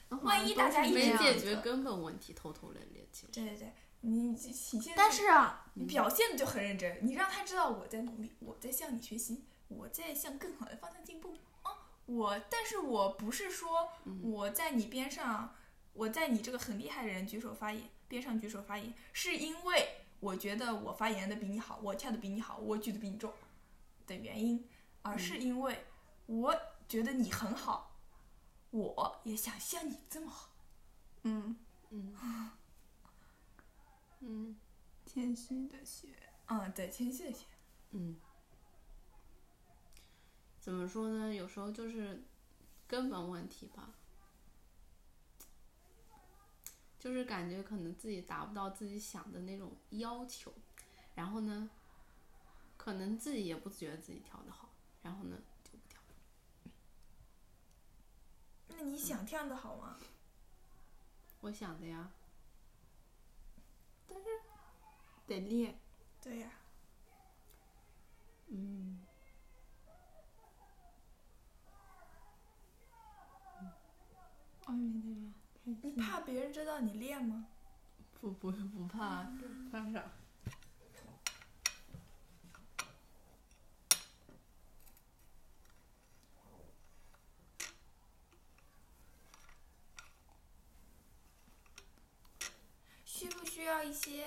S2: 到，万一
S1: 好像
S2: 大家
S1: 都是
S2: 一
S1: 这
S3: 没
S1: 样
S3: 解
S1: 的
S3: 决根本问题，偷偷练练起来。
S2: 对对对，你体现，
S1: 但是啊，
S2: 你表现的就很认真，你让他知道我在努力，我在向你学习，我在向更好的方向进步。哦，我，但是我不是说我在你边上，我在你这个很厉害的人举手发言边上举手发言，是因为我觉得我发言的比你好，我跳的比你好，我举的比你重的原因，而是因为我觉得你很好，我也想像你这么好。
S1: 嗯，
S3: 嗯 嗯
S1: 谦
S2: 啊
S1: 虚的学，
S2: 嗯，对，谦虚一些。
S3: 嗯，怎么说呢？有时候就是根本问题吧，就是感觉可能自己达不到自己想的那种要求，然后呢，可能自己也不觉得自己调的好，然后呢就不调。
S2: 那你想跳的好吗？
S3: 我想的呀，
S1: 得练。
S2: 对呀、
S3: 嗯，
S1: 哦，没得练。
S2: 你怕别人知道你练吗？
S3: 不不不怕，怕啥？
S2: 需不需要一些，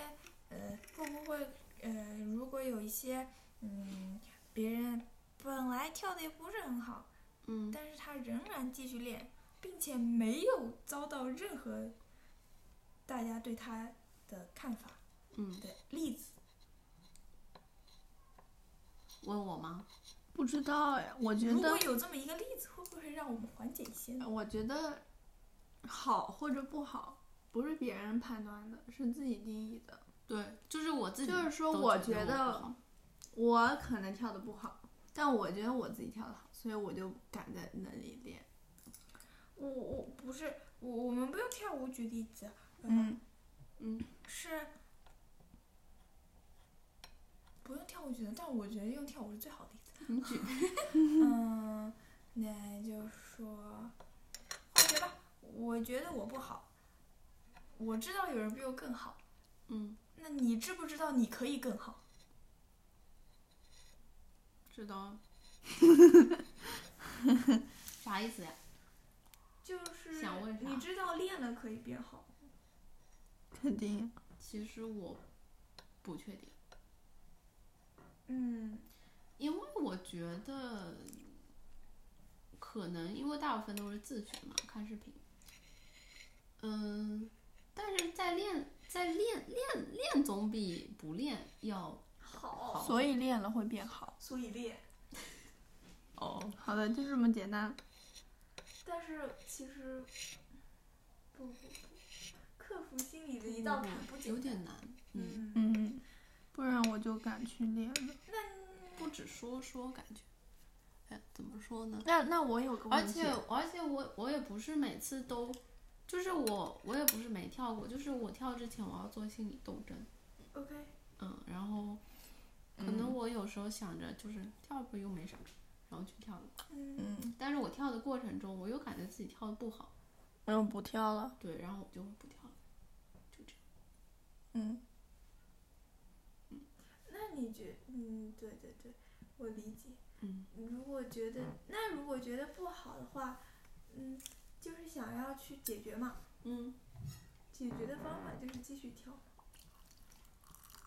S2: 呃，会不会，呃，如果有一些，嗯，别人本来跳的也不是很好，
S3: 嗯，
S2: 但是他仍然继续练，并且没有遭到任何大家对他的看法
S3: 嗯，
S2: 的例子，
S3: 问我吗？
S1: 不知道哎，我觉
S2: 如
S1: 得
S2: 果有这么一个例子，会不会让我们缓解一些呢？
S1: 我觉得好或者不好，不是别人判断的，是自己定义的。
S3: 对，就是我自己
S1: 就
S3: 都
S1: 是说
S3: 觉
S1: 我
S3: 得
S1: 觉得
S3: 不好
S1: 我可能跳的不好，但我觉得我自己跳的好，所以我就敢在那里练。
S2: 我我不是我我们不用跳舞举例子，呃，
S3: 嗯，
S2: 是不用跳舞举的，但我觉得用跳舞是最好的例子。
S3: 你举
S2: 嗯，那就说，或者吧，我觉得我不好，我知道有人比我更好，
S3: 嗯，
S2: 那你知不知道你可以更好？
S3: 知道。啥意思呀？
S2: 就是
S3: 想问啥
S2: 你知道练了可以变好，
S1: 肯定。
S3: 其实我不确定，
S2: 嗯，
S3: 因为我觉得可能因为大部分都是自学嘛，看视频。嗯，但是在练在练练练总比不练要
S2: 好，
S1: 所以练了会变好。
S2: 所以练。
S1: 哦，好的，就这么简单。
S2: 但是其实不不不，克服心理的一道坎不简
S3: 有
S2: 单。
S3: 点难。嗯，
S2: 嗯，
S1: 嗯，不然我就敢去练了。
S3: 不只说说感觉，哎，怎么说呢？
S1: 那那我有个
S3: 而
S1: 问题，
S3: 且而且我我也不是每次都，就是我我也不是没跳过，就是我跳之前我要做心理斗争，
S2: OK，
S3: 嗯，然后可能我有时候想着就是跳不又没啥，然后去跳了，
S2: 嗯，
S1: 嗯，
S3: 但是我跳的过程中我又感觉自己跳的不好，
S1: 嗯我又不跳了。
S3: 对，然后我就会不跳了，就这样。
S1: 嗯，
S2: 那你觉，嗯，对对对，我理解。
S3: 嗯，
S2: 如果觉得那如果觉得不好的话，嗯，就是想要去解决嘛，
S3: 嗯，
S2: 解决的方法就是继续跳。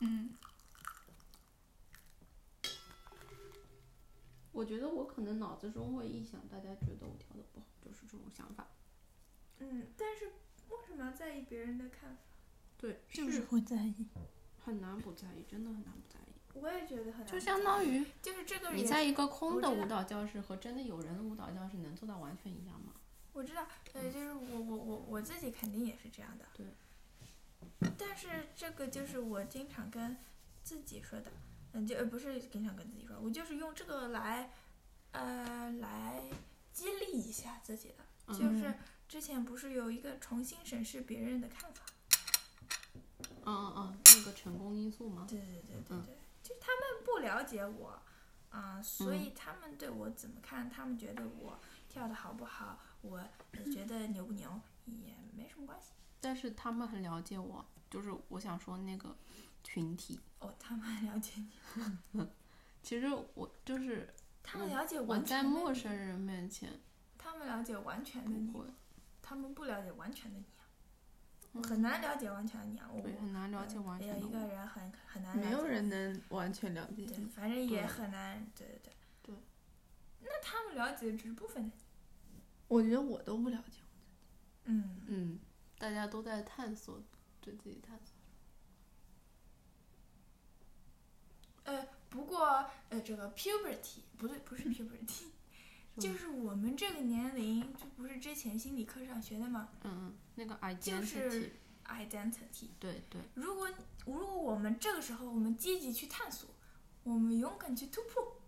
S1: 嗯，
S3: 我觉得我可能脑子中会臆想大家觉得我跳的不好，就是这种想法。
S2: 嗯，但是为什么要在意别人的看法？
S3: 对，
S1: 会在意？
S3: 很难不在意，真的很难不在意，
S2: 我也觉得很难。
S3: 就相当于
S2: 就是这个
S3: 你
S2: 也
S3: 在一个空
S2: 我
S3: 的
S2: 知
S3: 舞
S2: 道
S3: 蹈教室和真的有人的舞蹈教室能做到完全一样吗？
S2: 我知道，呃，就是我我我我自己肯定也是这样的。
S3: 对。
S2: 但是这个就是我经常跟自己说的，嗯，就呃不是经常跟自己说，我就是用这个来，呃，来激励一下自己的。就是之前不是有一个重新审视别人的看法？
S3: 嗯嗯嗯，那个成功因素吗？
S2: 对对对对
S3: 嗯
S2: 对，就是他们不了解我，啊、所以他们对我怎么看，他们觉得我跳的好不好，我呃觉得牛不牛也没什么关系。
S3: 但是他们很了解我，就是我想说那个群体，
S2: 哦，他们很了解你，
S3: 其实我就是
S2: 他们了解
S3: 嗯我
S2: 完
S3: 在
S2: 全的
S3: 陌
S2: 你，
S3: 生人面前
S2: 他们了解完全的
S3: 不
S2: 你，
S3: 会，
S2: 他们不了解完全的你啊，
S3: 嗯
S2: 很难了解完全的你啊，我
S3: 对，很难了解完
S2: 有
S3: 全
S2: 哎一
S3: 的
S2: 个
S3: 我。
S2: 人很很难了解，
S1: 没有人能完全了解
S2: 对
S1: 你。，
S2: 反正也
S3: 对
S2: 很难，对对对
S3: 对。
S2: 那他们了解只是部分的你，
S1: 我觉得我都不了解。
S2: 嗯，
S3: 嗯，大家都在探索，对自己探索。
S2: 呃，不过呃，这个 puberty 不对，不是 puberty，这个年龄，这不是之前心理课上学的吗
S3: 嗯嗯，那个 identity，、
S2: 就是？Identity。
S3: 对对，
S2: 如果如果我们这个时候我们积极去探索，我们勇敢去突破，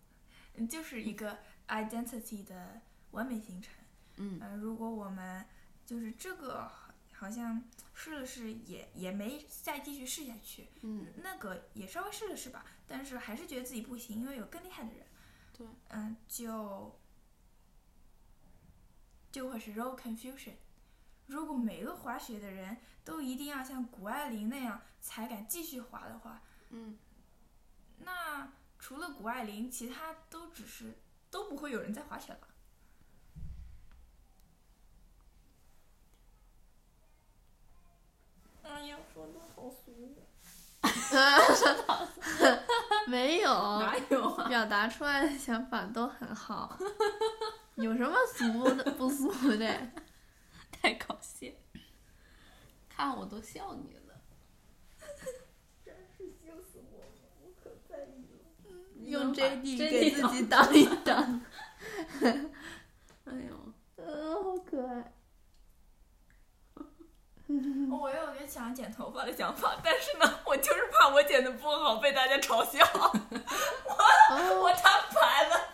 S2: 嗯就是一个 identity 的完美形成。
S3: 嗯
S2: 呃，如果我们就是这个好像试了试也也没再继续试下去，
S3: 嗯
S2: 那个也稍微试了试吧，但是还是觉得自己不行，因为有更厉害的人。
S3: 对，
S2: 嗯、就就会是 role confusion。如果每个滑雪的人都一定要像谷爱凌那样才敢继续滑的话，
S3: 嗯，
S2: 那除了谷爱凌，其他都只是都不会有人在滑雪了。哎呀，说的好俗，
S1: 没有，
S2: 哪有啊？
S1: 表达出来的想法都很好，有什么俗的不俗的？
S3: 太搞笑，看我都笑你了。真是笑死我了，我
S1: 用
S3: 可在意了。
S1: JD 给自己挡一挡，
S3: 哎呦，
S1: 嗯，好可爱。
S2: 哦我有个想剪头发的想法，但是呢，我就是怕我剪的不好被大家嘲笑。
S1: 哦，
S2: 我摊牌了，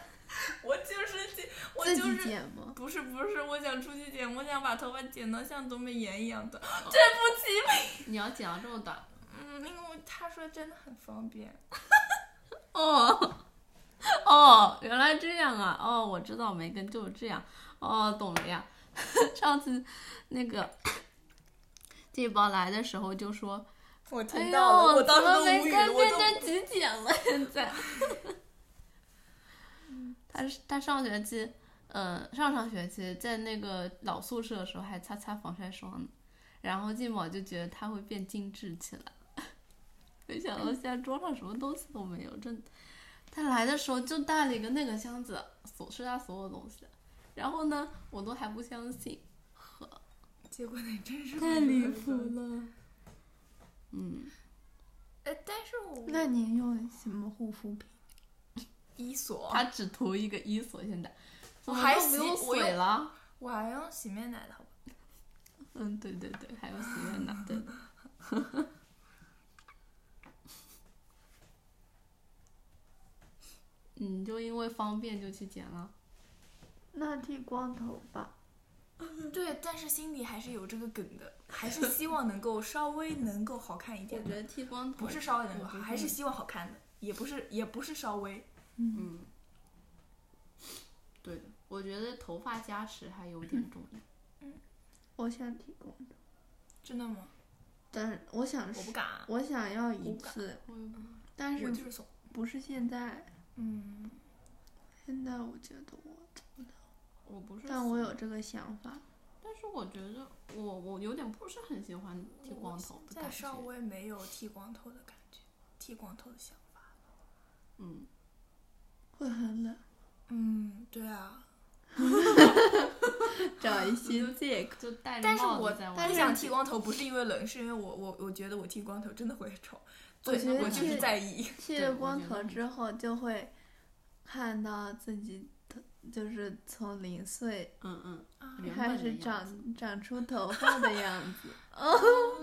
S2: 我就是剪，我
S1: 自
S2: 就
S1: 己
S2: 是
S1: 剪吗？
S2: 不是不是，我想出去剪，我想把头发剪到像东北岩一样短。对不起，
S3: 你要剪到这么短？
S2: 嗯，因为他说真的很方便。
S3: 哦哦，原来这样啊！哦，我知道梅根就是这样。哦，懂了呀。 上次那个 这宝来的时候就说
S2: 我：“
S3: 哎
S2: 听
S3: 呦，
S2: 到了，我当
S3: 怎
S2: 时
S3: 么
S2: 都
S3: 梅
S2: 无语了，
S3: 根
S2: 我
S1: 哎
S3: 变
S2: 都
S3: 成极简了？现在， 他是他上学期，呃，上上学期在那个老宿舍的时候还擦擦防晒霜呢，然后进宝就觉得他会变精致起来， 没想到现在桌上什么东西都没有，真的。他来的时候就带了一个那个箱子，所是他所有东西，然后呢，我都还不相信，
S2: 结果那真是
S3: 太离谱了。嗯，
S2: 呃，但是我
S1: 那您用什么护肤品？
S2: 伊索，
S3: 他只涂一个伊索，现在
S2: 我
S3: 们
S2: 还
S3: 都不
S2: 洗
S3: 用
S2: 我
S3: 水
S2: 用
S3: 了。
S2: 我还用洗面奶的好吧？
S3: 嗯，对对对，还有洗面奶，对 的。你嗯就因为方便就去剪了，
S1: 那剃光头吧。
S2: 对，但是心里还是有这个梗的，还是希望能够稍微能够好看一点
S3: 我
S2: 的。
S3: 觉得剃光头
S2: 不是稍微能
S3: 我
S2: 够
S3: 不
S2: 好，
S3: 会
S2: 还是希望好看的，也不是也不是稍微。
S3: 嗯，对的，我觉得头发加持还有点重要。
S1: 我想剃光头，
S2: 真的吗？
S1: 但是我想
S2: 我不
S1: 是，
S2: 敢啊，
S1: 我想要
S2: 我
S1: 一
S2: 不敢
S1: 次，
S3: 我也不
S1: 但
S2: 我
S1: 是
S2: 就是怂。
S1: 不是现在。
S2: 嗯，
S1: 现在我觉得我，
S3: 我不是，
S1: 但我有，这个想法。
S3: 但是我觉得我我有点不是很喜欢剃光头的
S2: 在
S3: 感觉
S2: 稍。微没有剃光头的感觉，剃光头的想法。
S3: 嗯，
S1: 会很冷，
S2: 嗯，对啊，
S1: 找一些借口。
S3: 就戴着
S2: 但是
S3: 帽
S2: 我
S3: 子在
S2: 我
S3: 玩。
S2: 想剃光头不是因为冷，是因为我我我觉得我剃光头真的会丑，
S1: 我
S2: 对
S1: 觉得
S2: 我就是
S1: 剃
S2: 在意。
S1: 剃
S3: 对
S1: 了
S3: 我
S1: 光
S3: 觉
S1: 头
S3: 得
S1: 之后，就会看到自己头，就是从零岁
S3: 嗯嗯，
S2: 啊
S3: 原
S1: 开
S3: 本的
S1: 始
S3: 样子
S1: 长长出头发的样 子，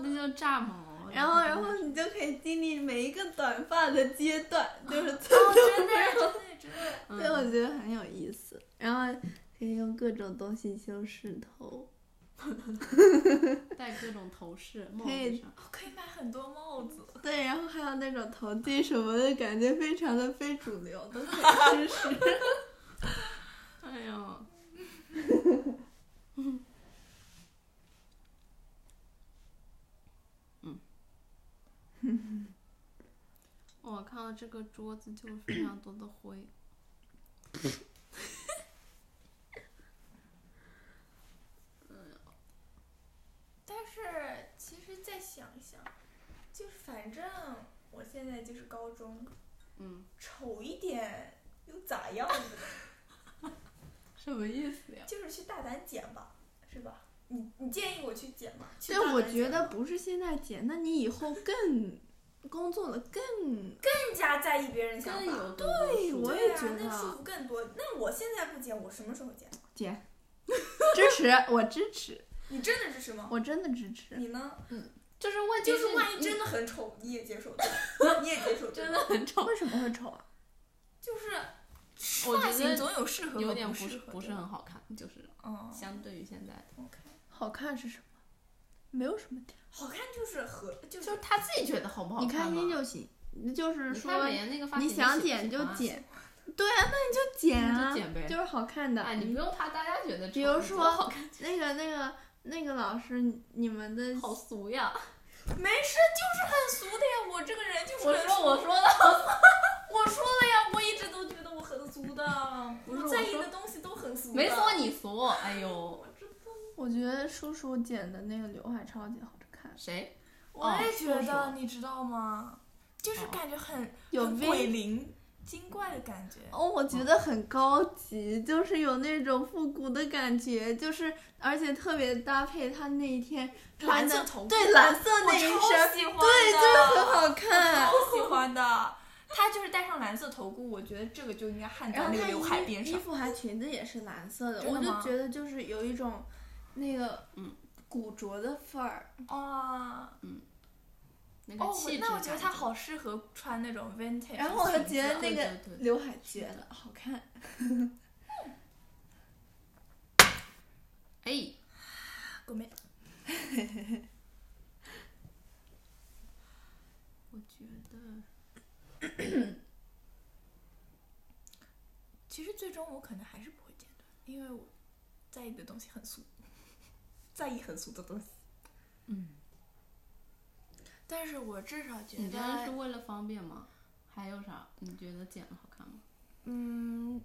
S3: 那叫炸毛。
S1: 然后然后你就可以经历每一个短发的阶段，就是 从
S2: 哦，真 的真的真的，
S3: 嗯
S1: 所以我觉得很有意思。然后可以用各种东西修饰头，
S3: 戴各种头饰，帽
S1: 可以
S3: 子上。
S2: 我可以买很多帽子。
S1: 对，然后还有那种头巾什么的，感觉非常的非主流，都 可以试试。
S3: 哎 呀，嗯， 我看到这个桌子就是非常多的灰。
S2: 但是其实再想一想，就是反正我现在就是高中，
S3: 嗯，
S2: 丑一点又咋样？
S3: 什么意思呀？
S2: 就是去大胆剪吧，是吧？你你建议我去剪吗？去大
S1: 但我
S2: 胆
S1: 觉
S2: 剪
S1: 得
S2: 吧
S1: 不是现在剪，那你以后更工作了更
S2: 更加在意别人想
S3: 更
S2: 法。
S3: 有对
S1: 我
S2: 对
S1: 也
S2: 啊
S1: 觉得
S2: 那束缚更多。那我现在不剪，我什么时候剪？
S1: 减， 支持，我支持，
S2: 你真的支持吗？
S1: 我真的支持。
S2: 你呢？
S3: 就是问题
S2: 就是万一
S3: 你
S2: 真的很丑，你也接受对， 你也接受对
S3: 真的，很丑，
S1: 为什么会丑啊？
S2: 就是
S3: 我
S2: 发
S3: 觉
S2: 型
S3: 得嗯
S2: 总有适合和
S3: 有点
S2: 不
S3: 不
S2: 适
S3: 是
S2: 合
S3: 不是
S2: 的
S3: 很好看，就是
S2: 哦
S3: 相对于现在的，
S2: ，OK，
S1: 好看是什么？没有什么点，
S2: 好看就是合就
S3: 就是是他自己觉得好不好
S1: 你开
S3: 看嘛
S1: 心就行。那就是
S3: 你
S1: 说，
S3: 看美颜那个发
S1: 你
S3: 型，
S1: 想剪就
S3: 就喜
S1: 剪，对啊，那你 就剪啊，
S3: 就剪呗
S1: 是好看的。
S3: 欢，哎，你不用怕大家觉得丑，
S1: 比如
S3: 你
S1: 说
S3: 多好看，
S1: 那个那个那个老师，你你们的
S3: 好俗呀！
S2: 没事，就是很俗的呀。我这个人就是
S3: 我
S2: 很
S3: 说
S2: 俗
S3: 我说的，
S2: 我说了呀，我一直都觉得我很俗的，
S3: 不是
S2: 我在
S3: 我
S2: 意
S3: 说
S2: 的东西都很俗的。
S3: 没说你俗，哎呦，
S1: 我觉得叔叔剪的那个刘海超级好看，
S3: 谁？
S2: 我也觉
S3: 哦说
S2: 得，
S3: 说
S2: 你知道吗？就是
S3: 哦
S2: 感觉很
S1: 有
S2: 很
S1: 微
S2: 鬼灵精怪的感觉。
S1: 哦，我觉得很高级，就是有那种复古的感觉，就是而且特别搭配他那一天穿
S2: 蓝
S1: 的
S2: 色头发，
S1: 对蓝色
S2: 我
S1: 那一
S2: 超
S1: 身，
S2: 喜欢的，
S1: 对，就是很好看。
S2: 超喜欢的。他就是戴上蓝色头箍，我觉得这个就应该焊
S1: 然
S2: 在
S1: 后
S2: 那个
S1: 他
S2: 刘海边
S1: 衣衣
S2: 上。
S1: 服还裙子也是蓝色的，
S2: 真
S1: 我
S2: 的
S1: 就
S2: 吗
S1: 觉得就是有一种那个
S3: 嗯
S1: 古着的范儿。
S2: 哦，
S3: 那
S2: 哦
S3: 个气质，
S2: 那我觉得他，好适合穿那种 vintage 的裙子。
S1: 然后我就觉得那
S3: 对
S1: 个
S3: 对对
S1: 刘海绝了，好看。
S3: 哎，
S2: 狗妹
S3: 我觉得
S2: 其实最终我可能还是不会剪短，因为我在意的东西很俗， 在意很俗的东西。
S3: 嗯，
S2: 但是我至少觉
S3: 你觉得是
S2: 得，
S3: 为了方便吗？还有啥？你觉得剪了好看吗？
S2: 嗯，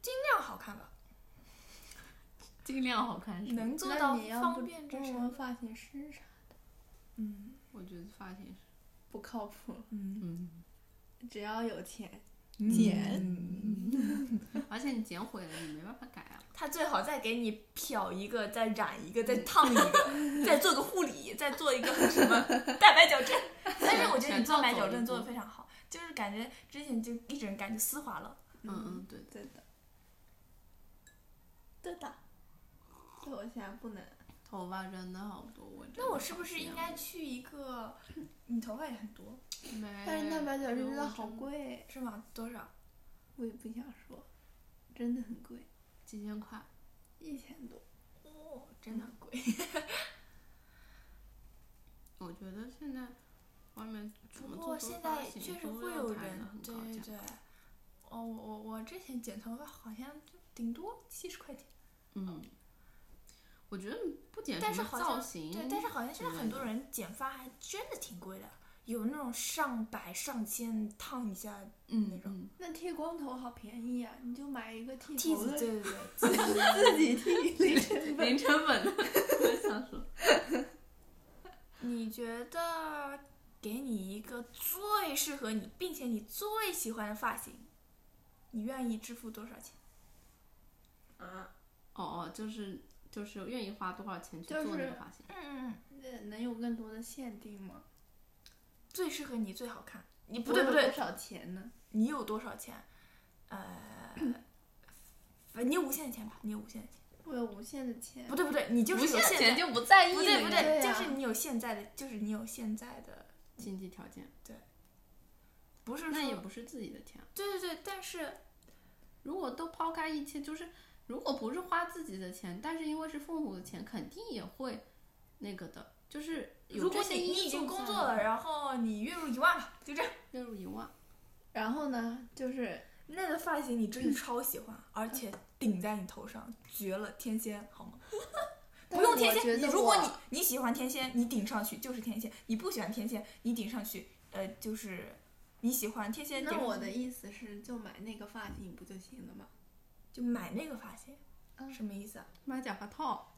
S2: 尽量好看吧，
S3: 尽量好看是吗？
S2: 能
S1: 嗯
S2: 做
S1: 那
S2: 到
S1: 你要
S2: 方
S1: 不
S2: 便之
S1: 问
S2: 上
S1: 问。发型师啥
S2: 嗯
S3: 我觉得发型是，
S1: 不靠谱，
S2: 嗯，
S3: 嗯，
S1: 只要有钱，嗯
S2: 剪、
S3: 而且你剪毁了，你没办法改啊。
S2: 他最好再给你漂一个，再染一个，再烫一 个，再做个护理，再做一个什么蛋白矫正。但是我觉得你
S3: 全
S2: 做
S3: 套
S2: 白
S3: 走
S2: 矫
S3: 一
S2: 正做的
S3: 步
S2: 非常好，就是感觉之前就一整感觉丝滑了。
S3: 嗯嗯，对，
S1: 对的，对的。对我现在不能，
S3: 头发真的好多，我真的
S2: 那我是不
S3: 好
S2: 是
S3: 羡
S2: 应
S3: 慕
S2: 该去一个？你头发也很多哎
S3: 没，
S1: 但是蛋白矫
S3: 因为
S1: 正真的
S3: 我
S1: 好，贵，
S2: 是吗？多少？
S1: 我也不想说，真的很贵，
S3: 几千块。
S1: 一千多。
S2: 哦，真的很贵。
S3: 我觉得现在外面怎
S2: 不
S3: 么
S2: 过
S3: 做
S2: 现
S3: 做
S2: 在
S3: 发型
S2: 确实
S3: 都
S2: 会
S3: 要
S2: 有
S3: 谈得
S2: 人
S3: 很
S2: 对
S3: 高
S2: 对
S3: 价
S2: 对。哦，我我我之前剪头发好像就顶多七十块钱，
S3: 嗯，我觉得不剪
S2: 但
S3: 什
S2: 是
S3: 么
S2: 好
S3: 造
S2: 像
S3: 型，
S2: 对，但是好像现在
S3: 之
S2: 很
S3: 类
S2: 多
S3: 的
S2: 人剪发还真的挺贵的，有那种上百上千烫一下
S3: 嗯
S2: 那种
S3: 嗯
S1: 那剃光头好便宜啊！你就买一个剃
S2: 剃
S1: 头
S2: 子，
S1: 的，
S2: 对对对，
S1: 自己剃，零成本。
S3: 零成本 的，我想说，
S2: 你觉得给你一个最适合你，并且你最喜欢的发型，你愿意支付多少钱？
S1: 啊，
S3: 哦哦，就是就是愿意花多少钱去
S1: 就
S3: 做那
S1: 是
S3: 个发型，
S2: 嗯嗯嗯，
S1: 那能有更多的限定吗？
S2: 最适合你，最好看。你不
S1: 我
S2: 对
S1: 有
S2: 不对
S1: 多，少钱呢？
S2: 你有多少钱？呃，反正你有无限的钱吧，你有无限的钱。
S1: 我有无限的钱
S2: 不，对不对，你就是
S3: 无
S2: 有
S3: 限
S2: 现
S3: 钱
S2: 在，
S3: 就不在意
S2: 不对
S3: 了
S2: 不
S3: 呀
S1: 对
S2: 对，就
S1: 呀
S2: 是你有现在的，就是你有现在的，
S3: 经济条件，
S2: 不是
S3: 那也
S2: 说
S3: 不是自己的钱啊。
S2: 对对对，但是
S3: 如果都抛开一切，就是如果不是花自己的钱，但是因为是父母的钱，肯定也会那个的，就是有
S2: 如
S3: 这
S2: 果你
S3: 些
S2: 你
S3: 因素
S2: 已经工
S3: 在啊
S2: 作
S3: 的
S2: 了，然后你月入一万吧，就这样。
S3: 月入一万，
S1: 然后呢，就是
S2: 那个发型你真的超喜欢，而且顶在你头上，绝了，天仙好吗？
S1: 但
S2: 不用天
S1: 我觉
S2: 仙，你
S1: 得
S2: 如果
S1: 我
S2: 你你喜欢天仙，你顶上去就是天仙；你不喜欢天仙，你顶上去，呃，就是你喜欢天仙顶
S1: 那
S2: 上去。
S1: 我的意思是，就买那个发型不就行了吗？
S2: 就买那个发型，
S1: 嗯
S2: 什么意思啊？
S3: 买假发套，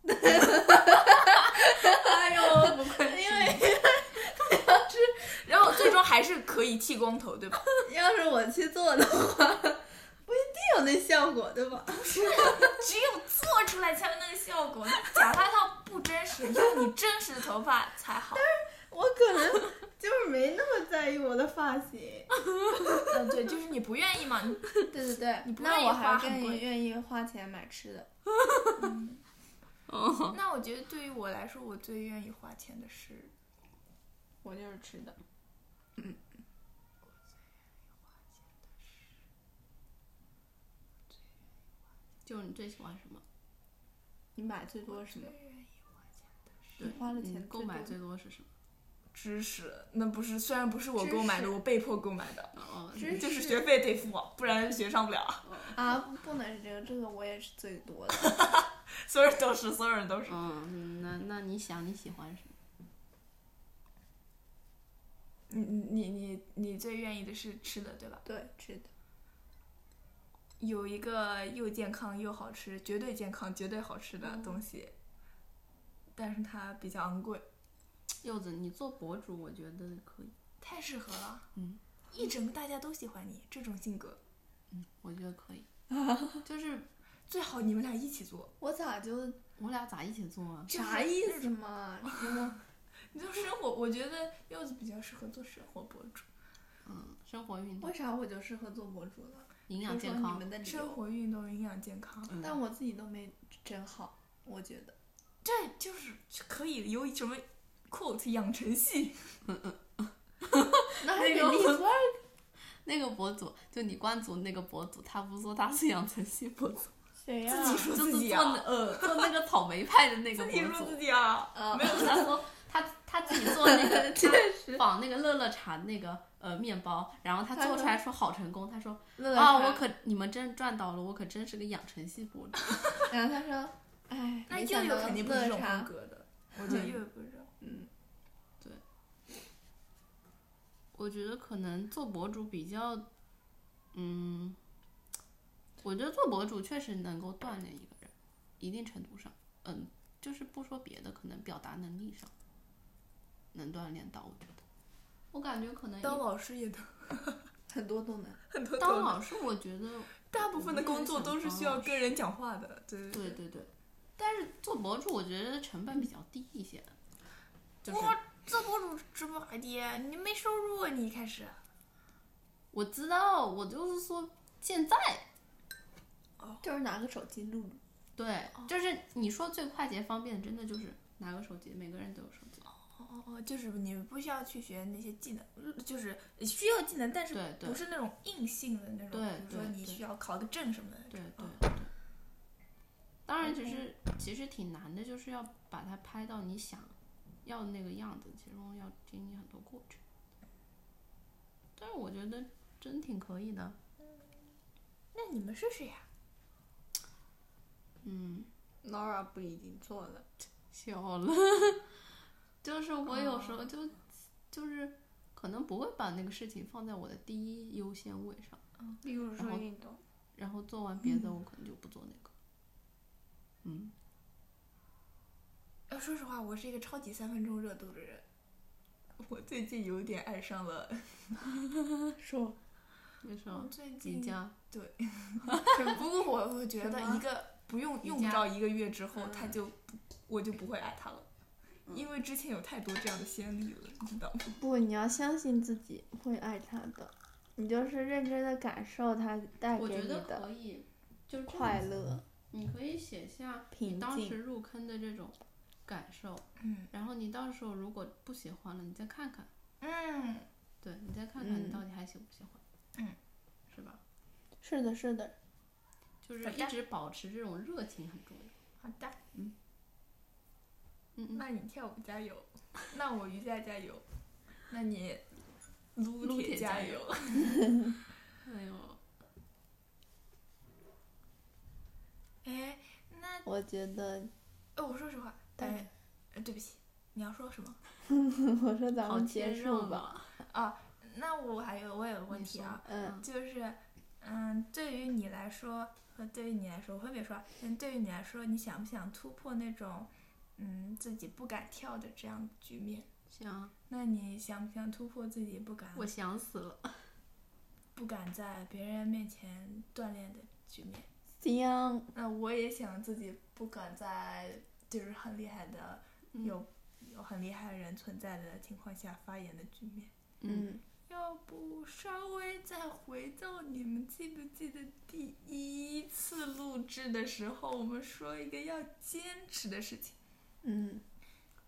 S2: 哎呦，
S3: 不愧因为
S2: 然后最终还是可以剃光头，对吧？
S1: 要是我去做的话，不一定有那效果，对 吧？
S2: 只有做出来才有那个效果，假发套不真实，要你真实的头发才好。
S1: 我可能就是没没那么在意我的发型。
S2: 嗯，对，就是你不愿意嘛，你
S1: 对对对
S2: 你不愿
S1: 那
S2: 意
S1: 我还
S2: 花很
S1: 更
S2: 贵
S1: 愿意花钱买吃的。
S3: 哦，
S2: 那我觉得对于我来说，我最愿意花钱的是，
S1: 我就是吃的，
S3: 就是你最喜欢什么？
S1: 你买最多什么？
S3: 对
S1: 你花了
S3: 你
S1: 钱
S3: 购买
S1: 最
S3: 最多是什么？
S2: 知识，那不是虽然不是我
S1: 知
S2: 购买的，
S1: 识
S2: 我被迫购买的，
S3: 哦，
S1: 知
S3: 你
S2: 就是
S1: 识
S2: 学费得付，不然学上不了。
S1: 多啊？不能是这个，这个我也是最多的。
S2: 所有人都是，所有人都是。
S3: 嗯，那那你想你喜欢什么？
S2: 你你你你最愿意的是吃的，对吧？
S1: 对，吃的。
S2: 有一个又健康又好吃，绝对健康、绝对好吃的东西，但是它比较昂贵，
S3: 柚子，你做博主，我觉得可以，
S2: 太适合了。
S3: 嗯，
S2: 一整个大家都喜欢你这种性格，
S3: 我觉得可 以，就是
S2: 最好你们俩一起做，
S1: 我咋就
S3: 我俩咋一起做啊？
S2: 就是
S1: 啥意思嘛？什么？
S2: 你就生活，我觉得柚子比较适合做生活博主，
S3: 嗯，生活运动
S1: 为、啥我就适合做博主了？
S3: 营养
S1: 说说
S3: 健
S1: 你
S3: 康
S1: 们，的理
S2: 生
S1: 由，
S2: 活、运动、营养、健康，
S3: 嗯
S1: 但我自己都没整好，我觉得。
S2: 这就是可以有什么 quote 养成系，
S1: 那还
S3: 那
S1: 给
S3: 个
S1: 你 说
S3: 那个博主，就你关注那个博主，他不说他是养成系博 主，
S1: 谁呀、
S2: 自己说
S3: 就
S2: 自
S3: 是
S2: 己
S3: 做
S2: 啊
S3: 那，呃做那个草莓派的 那个
S2: 自
S3: 博
S2: 己说
S3: 主
S2: 自，己啊，
S1: 啊
S3: 没有他说 他他自己做那个
S1: 确
S3: 他仿那个乐乐茶那个呃面包，然后他
S1: 他
S3: 做
S1: 说
S3: 出来说好成功，他说
S1: 乐乐
S2: 哦
S3: 啊
S1: 茶
S3: 我可你们真赚到了，我可真是个养成系博主。
S1: 然后他说，哎，
S2: 那
S1: 没
S2: 柚
S1: 想
S2: 柚
S1: 到
S2: 肯定不是
S1: 乐
S2: 这种风
S1: 茶，
S2: 格的，我觉得柚柚不是这种。
S1: 嗯，
S3: 我觉得可能做博主比较，嗯，我觉得做博主确实能够锻炼一个人，一定程度上，嗯，就是不说别的，可能表达能力上能锻炼到，我觉得。我感觉可能一
S2: 当老师也能
S1: 很多都能。
S2: 很多
S3: 当
S2: 都能，
S3: 老师，我觉得
S2: 大部分的工作都是需要
S3: 我不是很想当老
S2: 跟
S3: 师
S2: 人讲话的，对对
S3: 对对对，但是做博主我觉得成本比较低一些，就是
S2: 做博主直播还低，你没收入啊！你一开始
S3: 我知道，我就是说现在
S1: 就是拿个手机录录，
S3: 对，就是你说最快捷方便，真的就是拿个手机，每个人都有手机。
S2: 哦哦，就是你不需要去学那些技能，呃就是需要技能，但是
S3: 对对
S2: 不是那种硬性的那种，
S3: 对
S2: 比如说
S3: 对
S2: 你
S3: 对
S2: 需要考个证什么的。
S3: 对对对。当然，其实其实挺难的，就是要把它拍到你想要那个样子，其中要经历很多过程。但是我觉得真挺可以的，
S2: 那你们试试呀，
S3: 嗯，
S1: Laura 不已经做了？
S3: 笑了。 就是我有
S1: 嗯
S3: 时候就、就是可能不会把那个事情放在我的第一优先位上，
S1: 比如
S3: 然后
S1: 运动，
S3: 然后做完别
S1: 嗯
S3: 的，我可能就不做那个。嗯，
S2: 呃说实话，我是一个超级三分钟热度的人，我最近有点爱上了，
S1: 说
S3: 为什
S2: 我
S3: 么？
S2: 最
S1: 嗯
S3: 你
S2: 近
S3: 家
S2: 不过我我觉
S1: 什
S2: 得
S1: 么
S2: 一个不用
S3: 瑜
S2: 用不
S3: 伽
S2: 着一个月之后，他
S1: 嗯
S2: 就不我就不会爱他了，因为之前有太多这样的先例了，你知道吗？
S1: 不，你要相信自己会爱他的，你就是认真的感受他带
S3: 我
S1: 给
S3: 觉
S1: 你
S3: 得
S1: 的
S3: 可以，就是这样
S1: 快
S3: 子。
S1: 乐。
S3: 你可以写下
S1: 平
S3: 你当
S1: 静
S3: 时入坑的这种感受，
S2: 嗯
S3: 然后你到时候如果不喜欢了，你再看看，
S2: 嗯，
S3: 对你再看看
S1: 嗯
S3: 你到底还喜不喜欢，
S2: 嗯，
S3: 是吧？
S1: 是的，是的，
S3: 就是
S2: 好
S3: 一
S2: 的
S3: 直保持这种热情很重要。
S2: 好的，
S3: 嗯嗯，
S2: 那你跳舞加 油，那我瑜伽加油，那你撸
S3: 撸
S2: 铁
S3: 铁
S2: 加
S3: 加
S2: 油。
S3: 哎呦，
S2: 哎，那
S1: 我觉得，
S2: 呃，我说实话，
S1: 对
S2: 哎，呃对不起，你要说什么
S1: 我说咱
S3: 好
S1: 们结
S3: 接受
S1: 束吧。
S3: 吧。
S2: 啊？那我还有我有个问
S3: 你
S2: 题
S3: 说
S2: 啊，
S1: 嗯，
S2: 就是，嗯，对于你来说和对于你来说，我分别说啊，嗯，对于你来说，你想不想突破那种，嗯，自己不敢跳的这样的局面？
S3: 行，
S2: 那你想不想突破自己不敢
S3: 我想死了。
S2: 不敢在别人面前锻炼的局面？
S1: 行，
S2: 那我也想自己不敢在就是很厉害的
S3: 嗯
S2: 有有很厉害的人存在的情况下发言的局面。
S3: 嗯，
S2: 要不稍微再回到你们记不记得第一次录制的时候，我们说一个要坚持的事情，
S1: 嗯，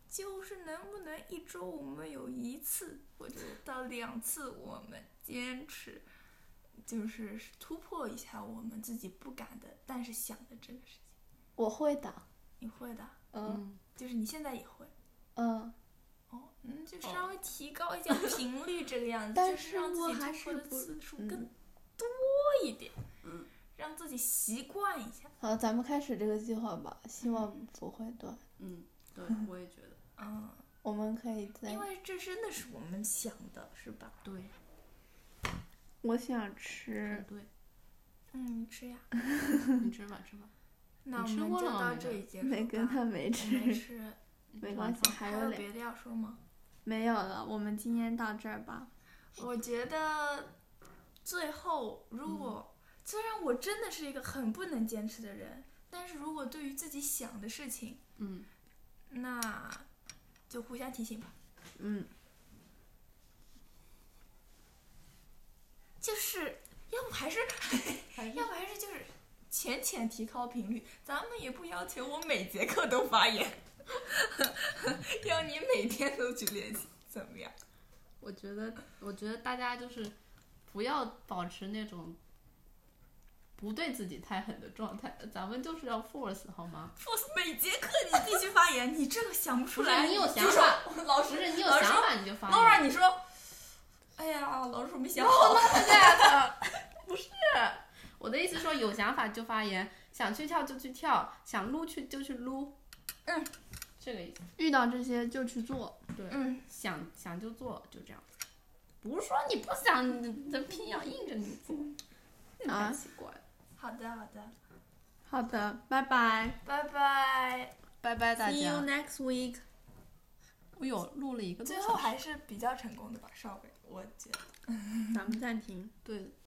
S2: 就是能不能一周我们有一次或者到两次，我们坚持，就是突破一下我们自己不敢的，但是想的这个事情，
S1: 我会的，
S2: 你会的，
S1: 嗯
S2: 就是你现在也会。
S1: 嗯，
S2: 哦，嗯，就稍微提高一点频率，这个样子，
S1: 但
S2: 就是让自
S1: 我
S2: 己
S1: 还
S2: 突破
S1: 是
S2: 的
S1: 不
S2: 次数
S1: 嗯
S2: 更多一点，
S3: 嗯，
S2: 让自己习惯一下，
S1: 好，咱们开始这个计划吧，希望不会断，
S3: 嗯，对，我也觉得
S2: 嗯，
S1: 我们可以在
S2: 因。为这真的是我们想的，是吧？
S3: 对，
S1: 我想吃
S3: 很，对。
S2: 嗯，吃呀，
S3: 你吃吧，吃吧。
S2: 那我
S3: 吃
S2: 们
S3: 过
S2: 就
S3: 了吗
S2: 到
S3: 没
S2: 这
S3: 事
S2: 里结束吧。
S1: 没跟他没
S2: 我没
S1: 吃，
S2: 吃，
S1: 没关系，还
S2: 还
S1: 有
S2: 有
S1: 两
S2: 别的要说吗？
S1: 没有了，我们今天到这儿吧。
S2: 我觉得最后，如
S1: 嗯
S2: 果、虽然我真的是一个很不能坚持的人，但是如果对于自己想的事情，
S3: 嗯，
S2: 那就互相提醒吧。
S1: 嗯，
S2: 就是要不还是，
S3: 还是
S2: 要不还是就是浅浅提高频率。咱们也不要求我每节课都发言， 要你每天都去练习，怎么样？
S3: 我觉得，我觉得大家就是不要保持那种不对自己太狠的状态，咱们就是要 force 好吗？
S2: force 每节课你必须发言，你这个想不出
S3: 不是
S2: 来，
S3: 你有
S2: 举
S3: 想
S2: 手
S3: 法，
S2: 老
S3: 不
S2: 师，
S3: 是你有
S2: 老
S3: 想
S2: 师说
S3: 法你就发言。
S2: ，Laura，你说，哎呀，老师我没想好，那
S3: 我的意思说，有想法就发言，想去跳就去跳，想撸去就去撸。
S2: 嗯，
S3: 这个意思。
S1: 遇到这些就去做，
S3: 对，
S2: 嗯，
S3: 想想就做，就这样子。不是说你不想，你这偏要硬着你做，
S1: 啊
S3: 嗯太奇怪了。
S2: 好的好的，
S1: 好的，拜拜
S2: 拜拜。
S3: 拜拜大
S1: ，See you
S3: 家。
S1: next week。
S3: 我有录了一个多
S2: 最
S3: 小时，
S2: 后还是比较成功的吧，稍微我觉得。
S1: 咱们暂停。
S3: 对